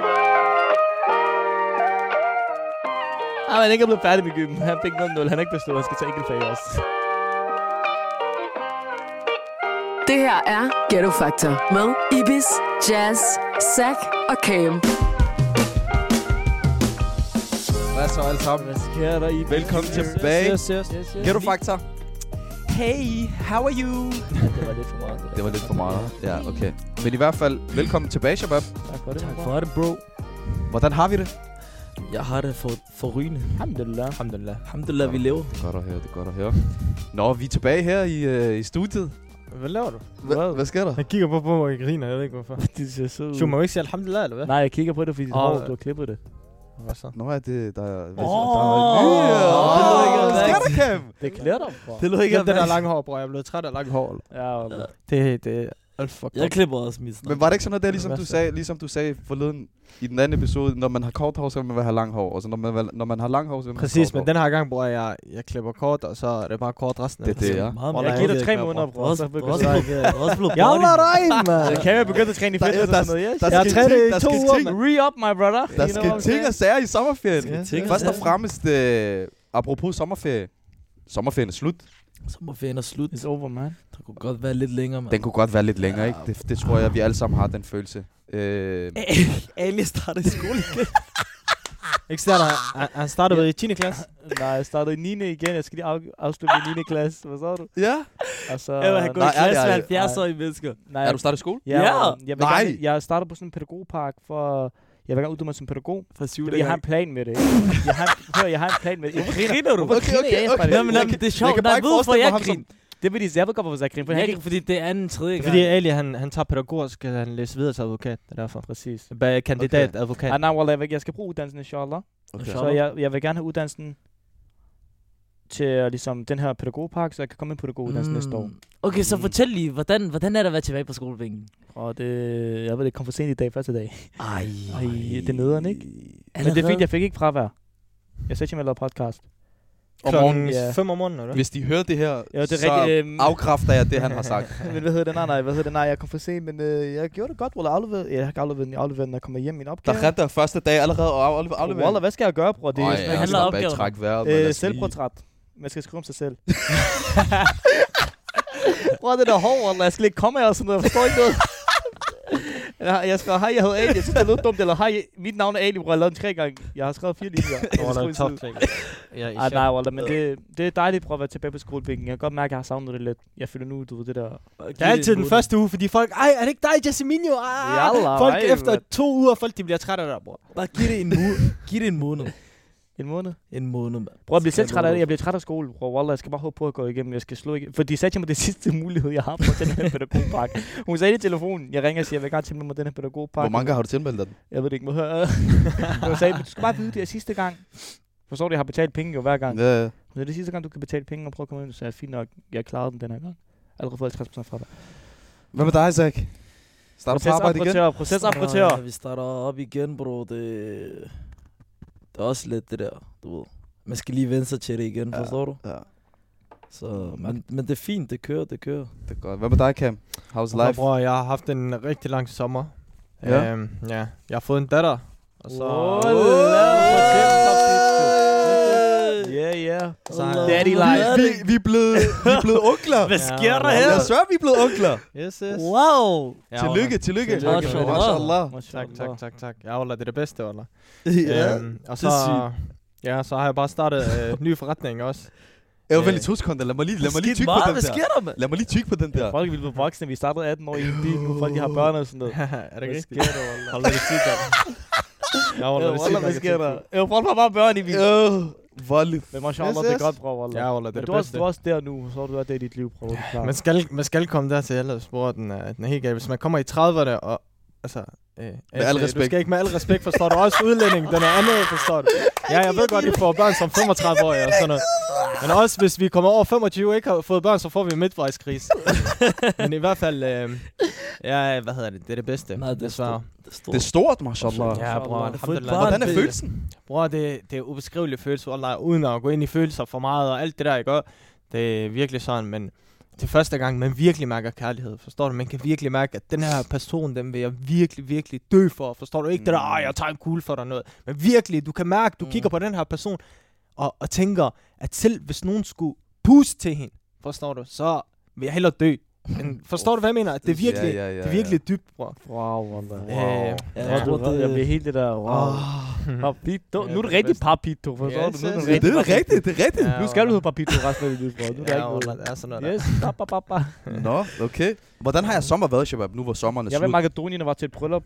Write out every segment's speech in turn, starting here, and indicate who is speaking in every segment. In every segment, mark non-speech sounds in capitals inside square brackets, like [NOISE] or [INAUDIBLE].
Speaker 1: Nej, Ah, han ikke er blevet færdig med gymmen. Han fik 0-0. Han er ikke bestået. Han skal tage enkeltfag også.
Speaker 2: Det her er Ghetto Factor med Ibis, Jazz, Zack og Cam.
Speaker 3: Hvad så alle sammen?
Speaker 1: Hvad sker der i?
Speaker 3: Velkommen tilbage.
Speaker 1: Yes, yes, yes, yes.
Speaker 3: Ghetto Factor.
Speaker 1: Hey, how are you? det var lidt for meget.
Speaker 3: Det var lidt for meget. Ja, okay. Men i hvert fald, velkommen tilbage, Shabab.
Speaker 1: Tak for det, tak for det bro.
Speaker 3: Hvordan har vi det?
Speaker 4: Jeg har det for, for rygende.
Speaker 1: Alhamdulillah.
Speaker 4: Alhamdulillah. Alhamdulillah, vi lever.
Speaker 3: Godt at høre, det er godt at høre. Nå, vi er tilbage her i, øh, i studiet.
Speaker 5: Hvad laver du?
Speaker 3: Hva, hvad sker der?
Speaker 5: Jeg kigger på på og griner, jeg ved ikke hvorfor.
Speaker 1: [LAUGHS] Det ser så
Speaker 5: Du
Speaker 1: ud.
Speaker 5: må jo ikke sige alhamdulillah, eller hvad?
Speaker 1: Nej, jeg kigger på det, fordi dit
Speaker 5: Åh.
Speaker 1: hår, du har klippet det.
Speaker 5: Hvad så?
Speaker 3: Nå, er det... Der, oh, der, øh.
Speaker 1: Åh, det lyder ikke
Speaker 3: der,
Speaker 1: rigtig.
Speaker 3: der, der, Cam?
Speaker 1: Det klæder dig, bror.
Speaker 4: Det lød ikke
Speaker 5: Jamen, det der lange hår, bror. Jeg er blevet træt af lange hår.
Speaker 1: Ja, wallah.
Speaker 5: Det, det er alt for
Speaker 4: Jeg klipper også mit snak.
Speaker 3: Men var det ikke sådan noget der, ligesom
Speaker 5: Hvad
Speaker 3: du,
Speaker 5: så?
Speaker 3: sagde, ligesom du sagde forleden i den anden episode, når man har kort hår, så vil man have lang hår, og så når man, vil- når man har lang hår, så vil man
Speaker 5: Præcis,
Speaker 3: have
Speaker 5: men
Speaker 3: kort hår.
Speaker 5: den her gang, bror, jeg, jeg klipper kort, og så er det bare kort resten af
Speaker 3: Det er det, ja.
Speaker 4: Meget
Speaker 5: Åh,
Speaker 4: mere.
Speaker 5: nej,
Speaker 1: Jeg giver dig
Speaker 5: det
Speaker 1: tre
Speaker 5: er ikke
Speaker 1: måneder,
Speaker 5: bare,
Speaker 1: bror.
Speaker 4: Også,
Speaker 1: Så
Speaker 4: også,
Speaker 1: begynder
Speaker 5: jeg
Speaker 4: blevet- også blevet
Speaker 5: Jeg
Speaker 4: body.
Speaker 5: har dig, mand!
Speaker 1: jeg. Kan jeg begynde at træne i
Speaker 3: Der-
Speaker 1: fitness og
Speaker 3: der-
Speaker 1: sådan noget? Yes.
Speaker 3: der
Speaker 5: Jeg har
Speaker 3: skal
Speaker 5: trænet
Speaker 3: ting-
Speaker 5: i
Speaker 3: der skal
Speaker 5: to uger,
Speaker 3: ting-
Speaker 5: mand.
Speaker 1: Re-up, my brother.
Speaker 3: Der
Speaker 1: You know
Speaker 3: skal
Speaker 1: what I'm
Speaker 3: ting og sager i
Speaker 4: Skal
Speaker 3: sommerferien.
Speaker 4: ting og
Speaker 3: Først og
Speaker 4: sager.
Speaker 3: fremmest, øh, apropos sommerferie. Sommerferien er slut.
Speaker 4: Sommerferien er slut.
Speaker 1: saying? It's over, man.
Speaker 4: Det kunne godt være lidt længere, mand.
Speaker 3: Den kunne godt være lidt længere, ikke? Det, det tror jeg, vi alle sammen har den følelse. Øh,
Speaker 4: Ali starter i skole igen.
Speaker 5: Ikke starter, han, han startede ved i 10. klasse.
Speaker 1: Nej, jeg startede i 9. igen. Jeg skal lige af- afslutte i 9. klasse. Hvad så du?
Speaker 3: ja.
Speaker 1: Og så...
Speaker 4: Jeg har gået
Speaker 3: Nej,
Speaker 4: i klasse
Speaker 3: ærligt,
Speaker 4: med
Speaker 3: ærligt.
Speaker 4: 70-årige mennesker.
Speaker 1: Nej,
Speaker 3: Er du startet i skole?
Speaker 1: Ja,
Speaker 4: Ja!
Speaker 1: Jeg, vil
Speaker 3: Nej!
Speaker 1: Gerne, jeg starter på sådan en pædagogpark for... Jeg vil gerne uddanne mig som pædagog.
Speaker 4: Fra 7.
Speaker 1: Jeg har en plan med det. ikke? Jeg har, en- hør, jeg har en plan med det. Jeg griner.
Speaker 4: griner du?
Speaker 1: Hvorfor
Speaker 3: Okay,
Speaker 1: griner
Speaker 3: okay,
Speaker 1: jeg,
Speaker 3: okay.
Speaker 1: Esben?
Speaker 4: Nå, men, nå, men
Speaker 3: Jeg kan-
Speaker 4: det er
Speaker 3: jeg
Speaker 4: sjovt.
Speaker 3: kan
Speaker 4: Nej,
Speaker 3: bare ikke
Speaker 4: ved hvorfor
Speaker 3: forestille mig
Speaker 4: jeg
Speaker 3: ham som-
Speaker 4: griner.
Speaker 1: Det er fordi, jeg ved godt, hvorfor jeg griner. For
Speaker 4: Jeg
Speaker 1: han
Speaker 4: kan-
Speaker 1: ikke...
Speaker 4: Fordi det er anden, tredje
Speaker 5: Det er
Speaker 4: gang.
Speaker 5: fordi Ali, han, han tager pædagog, så skal han læse videre til advokat. Det er derfor.
Speaker 1: Præcis.
Speaker 5: Ba- Kandidat, advokat.
Speaker 1: Ah, nej, wallah, jeg vil- jeg skal bruge uddannelsen, inshallah.
Speaker 3: Okay.
Speaker 1: Så jeg, jeg vil gerne have uddannelsen til øh, ligesom, den her pædagogpark, så jeg kan komme ind på pædagoguddannelsen mm. næste år.
Speaker 4: Okay, så
Speaker 1: Mm.
Speaker 4: fortæl lige, hvordan, hvordan er det at være tilbage på skolebænken?
Speaker 1: Og det, jeg ved det, kom for sent i dag, første dag.
Speaker 4: Ej,
Speaker 1: Ej, det er nederen, ikke? Men det er
Speaker 4: Allerede?
Speaker 1: fint, jeg fik ikke fravær. Jeg sagde til, at jeg lavede podcast.
Speaker 3: Om
Speaker 5: Klokken
Speaker 3: morgenen.
Speaker 1: ja.
Speaker 5: 5 om morgenen, eller hvad?
Speaker 3: Hvis de hører det her,
Speaker 1: Ja, det er
Speaker 3: så
Speaker 1: rigtigt. Øhm,
Speaker 3: afkræfter jeg det, han har sagt.
Speaker 1: [LAUGHS] men hvad hedder det? Nej, nej, hvad hedder det? Nej, jeg kom for sent, men øh, jeg gjorde det godt, Wallah. Afleverede. Jeg har ikke afleveret den, jeg afleverede den, når jeg kommer hjem min
Speaker 3: Der
Speaker 1: opgave.
Speaker 3: retter første dag allerede og aflever. aflever.
Speaker 1: Wallah, hvad skal jeg gøre, bror? Det
Speaker 3: Ej, altså,
Speaker 1: sådan,
Speaker 3: ja,
Speaker 1: jeg-
Speaker 4: handler
Speaker 3: slap
Speaker 4: om
Speaker 3: af,
Speaker 4: opgaven.
Speaker 3: træk vejret. man.
Speaker 1: Øh,
Speaker 3: Lad os lige-
Speaker 1: selvportræt. Man skal skrive om sig selv. [LAUGHS] Bror, det der hår, eller jeg skal ikke komme af og sådan noget. Jeg forstår
Speaker 3: [LAUGHS]
Speaker 1: ikke noget. Jeg- Jeg skrev, hej, jeg hedder Ali. Jeg synes, det lød dumt. Eller, hej, mit navn er Ali, bror. Jeg lavede den tre gange. Jeg har skrevet fire linjer.
Speaker 5: Åh, der er top track. [LAUGHS] Ja, i
Speaker 1: Ej,
Speaker 5: chef.
Speaker 1: nej, Walter, men det, det er dejligt, bror, at være tilbage på skolebænken. Jeg kan godt mærke, at jeg har savnet det lidt. Jeg føler nu, du ved, det der...
Speaker 5: Det er altid den første uge, fordi folk, ej, er det ikke dig, Jasminio? Ah,
Speaker 1: Jalla,
Speaker 5: folk
Speaker 1: ej,
Speaker 5: efter
Speaker 1: mand.
Speaker 5: to uger, folk de bliver trætte af dig, bror.
Speaker 4: Bare giv det en, mu- [LAUGHS] giv det en måned.
Speaker 1: En måned.
Speaker 4: En måned, mand.
Speaker 1: Bror, jeg bliver
Speaker 4: Skal
Speaker 1: selv træt af
Speaker 4: love
Speaker 1: det. Jeg bliver træt af skole, bror. Wallah, jeg skal bare håbe på at gå igennem. Jeg skal slå igennem. For de sagde til mig, det [LAUGHS] er sidste mulighed, jeg har på den her pædagogpakke. Hun sagde det i telefonen. Jeg ringer og siger, jeg vil gerne tilmelde mig den her pædagogpakke.
Speaker 3: Hvor mange gange har du tilmeldt dig den?
Speaker 1: Jeg ved det ikke, må
Speaker 3: [LAUGHS]
Speaker 1: høre. Hun sagde, "Men du skal bare vide, det er sidste gang. Forstår du, jeg har betalt penge jo hver gang.
Speaker 3: Ja, ja.
Speaker 1: Hun sagde, det er sidste gang, du kan betale penge og prøve at komme ind. Så jeg fint nok, jeg klarede den den her gang. Allerede fået 50% fra dig.
Speaker 3: Hvad med dig, Zach? Starter på arbejde igen?
Speaker 1: Procesoperatør, procesoperatør.
Speaker 4: Ja, vi starter op igen, bro. Det, det er også lidt det der, du ved. Man skal lige vende sig til det igen,
Speaker 3: Ja.
Speaker 4: ja. forstår du?
Speaker 3: Ja,
Speaker 4: Så, men, men det er fint, det kører, det kører.
Speaker 3: det er godt. Hvad med dig, Cam? How's
Speaker 5: Altså, Life.
Speaker 3: life?
Speaker 5: Bror, jeg har haft en rigtig lang sommer.
Speaker 3: Ja.
Speaker 5: Ja. Øhm, ja. Jeg har fået en datter. Og så,
Speaker 1: Wow.
Speaker 5: wow.
Speaker 1: Yeah, yeah.
Speaker 5: så har jeg,
Speaker 1: Daddy
Speaker 3: Vi,
Speaker 1: life.
Speaker 3: vi, vi, er blevet, vi er blevet onkler.
Speaker 4: Hvad
Speaker 5: Ja,
Speaker 4: sker der
Speaker 5: hvad
Speaker 4: her?
Speaker 3: Jeg svær, vi er blevet onkler.
Speaker 5: Yes, yes.
Speaker 4: Wow!
Speaker 5: Ja,
Speaker 3: Tillykke, tillykke.
Speaker 4: Tillykke.
Speaker 3: Mashallah. Mashallah.
Speaker 5: Tak, tak, tak, tak. Ja, Ola, det er det bedste, Ola.
Speaker 3: Ja.
Speaker 5: Øhm, og
Speaker 4: det
Speaker 5: så,
Speaker 4: er
Speaker 5: ja, så har jeg bare startet øh, ny forretning også. [LAUGHS]
Speaker 3: Jeg var lige to sekunder. Lad mig lige, lad mig lige tykke på den
Speaker 4: Hvad
Speaker 3: der.
Speaker 4: sker der, mand?
Speaker 3: Lad mig lige tykke på den der.
Speaker 1: Folk vil blive voksne. Vi startede 18 år i en bil. Nu folk, de har børn og sådan noget.
Speaker 5: er
Speaker 1: Hvad
Speaker 5: det ikke
Speaker 1: sker
Speaker 5: rigtigt? Hold da det sygt, mand. Ja, Ola, det er sygt,
Speaker 1: Wallah,
Speaker 5: man
Speaker 1: hvad
Speaker 5: kan
Speaker 1: sker
Speaker 5: tænke
Speaker 1: der?
Speaker 5: på.
Speaker 1: Jeg folk har bare børn i bilen.
Speaker 3: Øh, voldeligt.
Speaker 1: Men mashallah,
Speaker 3: Yes,
Speaker 1: det er
Speaker 3: yes.
Speaker 1: godt, bror. Wallah.
Speaker 5: Ja, Ola, det er
Speaker 1: Men
Speaker 5: det
Speaker 1: du er, også,
Speaker 5: bedste.
Speaker 1: du er også der nu, så er du er der i dit liv, bror. Det er klart.
Speaker 5: Man skal, man skal komme dertil, ellers bror, den er, den er helt gal. Hvis man kommer i 30'erne og... Altså, øh, altså, Du
Speaker 3: respekt.
Speaker 5: skal ikke med al respekt, forstår du? Også udlænding, den er andet, forstår du? Ja, jeg ved godt, I får børn som 35-årige og sådan noget. Men også, hvis vi kommer over 25 og ikke har fået børn, så får vi en midtvejskrise. Men i hvert fald, øh, ja, hvad hedder det? Det er det bedste,
Speaker 4: Nej, det er
Speaker 5: desværre.
Speaker 4: Det er
Speaker 3: Det
Speaker 4: stort.
Speaker 3: er stort, mashallah.
Speaker 5: Ja, bror, alhamdulillah.
Speaker 4: Hvordan
Speaker 3: Hvordan er følelsen?
Speaker 5: Bror, det, det er ubeskrivelige følelser, Allah, uden at gå ind i følelser for meget og alt det der, ikke? Og Det er virkelig sådan, men det er første gang, man virkelig mærker kærlighed, forstår du? Man kan virkelig mærke, at den her person, den vil jeg virkelig, virkelig dø for, forstår du? Ikke det der,
Speaker 3: Mm.
Speaker 5: "Ej, jeg tager en kugle for dig noget. Men virkelig, du kan mærke, du
Speaker 4: Mm.
Speaker 5: kigger på den her person, og, og tænker, at selv hvis nogen skulle puste til hende, forstår du, så vil jeg hellere dø. Men forstår du, hvad jeg mener? At det er virkelig, ja, ja, ja, det er virkelig dybt, bror.
Speaker 1: Wow, man. Wow.
Speaker 5: Wow. Øh,
Speaker 1: Ja,
Speaker 5: jeg tror, det-
Speaker 1: jeg bliver helt det der, wow. Papito.
Speaker 5: Ja,
Speaker 1: Nu er
Speaker 5: det
Speaker 1: det
Speaker 5: er
Speaker 1: rigtig
Speaker 5: bedst.
Speaker 1: papito, forstår
Speaker 5: Ja,
Speaker 1: du? Nu er
Speaker 5: så-
Speaker 1: det rigtig papito.
Speaker 3: det er rigtigt.
Speaker 1: Nu skal du hedde papito resten af dit liv, bror. Nu er der
Speaker 5: Ja,
Speaker 1: ikke
Speaker 5: Orla,
Speaker 1: noget.
Speaker 5: det er sådan noget. der.
Speaker 1: Yes, ba, ba, ba, ba.
Speaker 3: Nå, okay. Hvordan har jeg sommer været, Shabab, nu hvor sommeren er
Speaker 1: Jeg var i
Speaker 3: slut?
Speaker 1: Makedonien og var til et bryllup.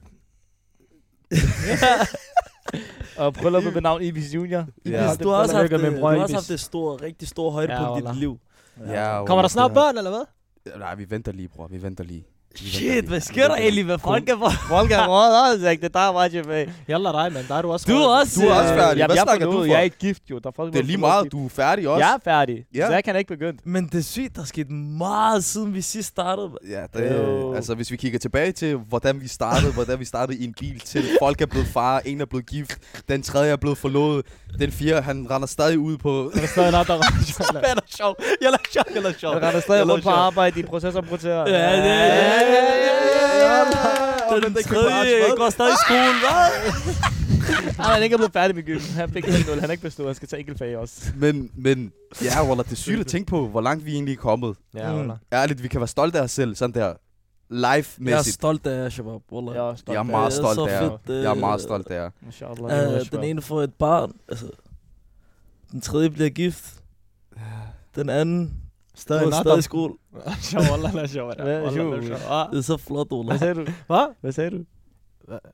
Speaker 1: og brylluppet ved navn Ibis Junior.
Speaker 3: Ja.
Speaker 4: Ja, du har også haft,
Speaker 5: Lykke med
Speaker 4: det, du
Speaker 5: brød,
Speaker 4: har også
Speaker 5: Ibis.
Speaker 4: haft det store, rigtig store højdepunkt
Speaker 5: Ja,
Speaker 4: i dit
Speaker 5: Orla.
Speaker 4: liv.
Speaker 3: Ja,
Speaker 5: Kommer der
Speaker 3: Jonas,
Speaker 5: snart
Speaker 3: det
Speaker 5: børn, eller hvad?
Speaker 3: her- Nej, vi venter lige, bror. Vi venter lige. Vi venter
Speaker 4: Shit,
Speaker 3: lige.
Speaker 4: hvad
Speaker 3: Vi
Speaker 4: sker der
Speaker 3: venter
Speaker 4: egentlig med folk? er for-
Speaker 1: Folk er meget også, ikke? Det der var jeg med.
Speaker 5: Jalla dig, mand. Der er du også.
Speaker 4: Du er
Speaker 5: fra-
Speaker 4: også...
Speaker 3: Du er også
Speaker 4: øh,
Speaker 3: færdig.
Speaker 1: Jeg,
Speaker 3: Hvad
Speaker 1: jeg,
Speaker 3: snakker
Speaker 1: er
Speaker 3: du
Speaker 1: forlod.
Speaker 3: for?
Speaker 1: jeg er ikke gift, jo. Der er folk,
Speaker 3: lige. Det er lige meget, du er færdig også.
Speaker 1: Jeg er færdig,
Speaker 3: Ja.
Speaker 1: så jeg kan ikke [LAUGHS] begynde.
Speaker 4: Men det er sygt, der er sket meget, siden vi sidst startede. mand.
Speaker 3: Ja, det,
Speaker 1: Jo.
Speaker 3: øh. altså hvis vi kigger tilbage til, hvordan vi startede, hvordan vi startede i en bil til, folk er blevet far, en er blevet gift, den tredje er blevet forlovet, den fjerde, han render stadig ud på...
Speaker 5: Der er stadig noget, der er
Speaker 4: Hvad er der sjov? Jeg er sjov, jeg er sjov.
Speaker 1: Jeg render stadig
Speaker 4: Jeg
Speaker 1: rundt på
Speaker 4: lover sjov.
Speaker 1: arbejde i processorproterer.
Speaker 4: Ja, ja, ja, ja, ja, ja, [LAUGHS] ja, ja. Den tredje går stadig i skole, hvad?
Speaker 1: Nej, han er ikke blevet færdig med gym. Han fik 0. Han er ikke bestået. Han skal tage enkeltfag også.
Speaker 3: Men, men, ja, Walla, det er sygt at tænke på, hvor langt vi egentlig er kommet.
Speaker 5: Ja, Orla.
Speaker 3: Ærligt, vi kan være stolte af os selv, sådan der,
Speaker 4: Jeg er
Speaker 3: live-mæssigt.
Speaker 4: stolt af jer, Shabab. Wallah.
Speaker 1: Jeg er stolt
Speaker 3: Jeg er
Speaker 1: af
Speaker 3: meget
Speaker 1: det.
Speaker 4: det er
Speaker 3: stolt
Speaker 4: så
Speaker 3: af jer.
Speaker 4: fedt, øh,
Speaker 3: Jeg er meget stolt af jer.
Speaker 1: Inshallah.
Speaker 4: Øh,
Speaker 1: Øh,
Speaker 4: den ene får et barn. Altså, den tredje bliver gift. Den anden
Speaker 5: Stadig
Speaker 4: går
Speaker 5: noget,
Speaker 4: stadig i
Speaker 5: [LAUGHS]
Speaker 4: skole.
Speaker 5: Sjov, Orla, der er sjov.
Speaker 1: Hvad er sjov?
Speaker 4: Det er så flot, Ola.
Speaker 1: Hvad
Speaker 3: Altså,
Speaker 1: sagde du?
Speaker 5: Hvad?
Speaker 1: Hvad sagde du?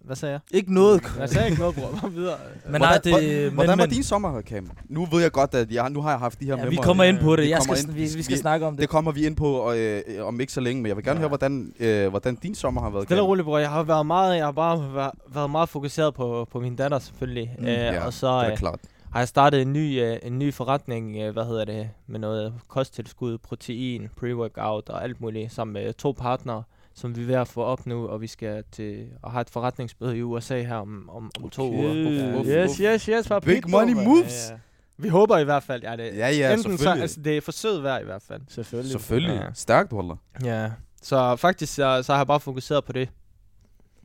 Speaker 5: Hvad sagde jeg?
Speaker 4: Ikke noget.
Speaker 5: Jeg sagde ikke noget, bror. Kom videre.
Speaker 4: Altså, Men nej, det...
Speaker 3: hvordan,
Speaker 4: men,
Speaker 3: hvordan var
Speaker 4: men,
Speaker 3: din sommer, Cam? Nu ved jeg godt, at jeg, nu har jeg haft de her
Speaker 4: ja,
Speaker 3: med
Speaker 4: vi
Speaker 3: mig.
Speaker 4: kommer ind på det.
Speaker 3: øh, Vi
Speaker 4: Jeg
Speaker 3: kommer
Speaker 4: skal,
Speaker 3: ind.
Speaker 4: vi, vi skal
Speaker 3: Vi-
Speaker 4: snakke om det.
Speaker 3: Det kommer vi ind på og, øh, øh, om ikke så længe, men jeg vil gerne
Speaker 5: Ja.
Speaker 3: høre, hvordan, øh, hvordan din sommer har været.
Speaker 5: Stille og
Speaker 3: Cam.
Speaker 5: roligt, bror. Jeg har været meget, jeg har bare været, været meget fokuseret på, på min datter, selvfølgelig.
Speaker 4: Mm.
Speaker 5: Mm, øh,
Speaker 3: Ja,
Speaker 5: og så
Speaker 3: Det er
Speaker 5: øh,
Speaker 3: klart.
Speaker 5: har jeg startet en ny, øh, en ny forretning, øh, hvad hedder det, med noget kosttilskud, protein, pre-workout og alt muligt, sammen med øh, to partnere, som vi er ved at få op nu, og vi skal til og har et forretningsmøde i USA her om, om, om to
Speaker 3: Okay.
Speaker 5: uger.
Speaker 3: Uff, uff,
Speaker 1: Yes,
Speaker 3: uff.
Speaker 1: yes, yes. Papito,
Speaker 3: Big money
Speaker 1: mand.
Speaker 3: moves!
Speaker 5: Ja. Vi håber i hvert fald, ja, det,
Speaker 3: Ja, ja,
Speaker 5: enten så,
Speaker 3: selvfølgelig.
Speaker 5: altså, det er forsøget værd i hvert fald.
Speaker 1: Selvfølgelig.
Speaker 3: Selvfølgelig.
Speaker 5: Ja.
Speaker 3: Ja. Stærkt, Waller.
Speaker 5: Ja. Så faktisk, så, så har jeg bare fokuseret på det.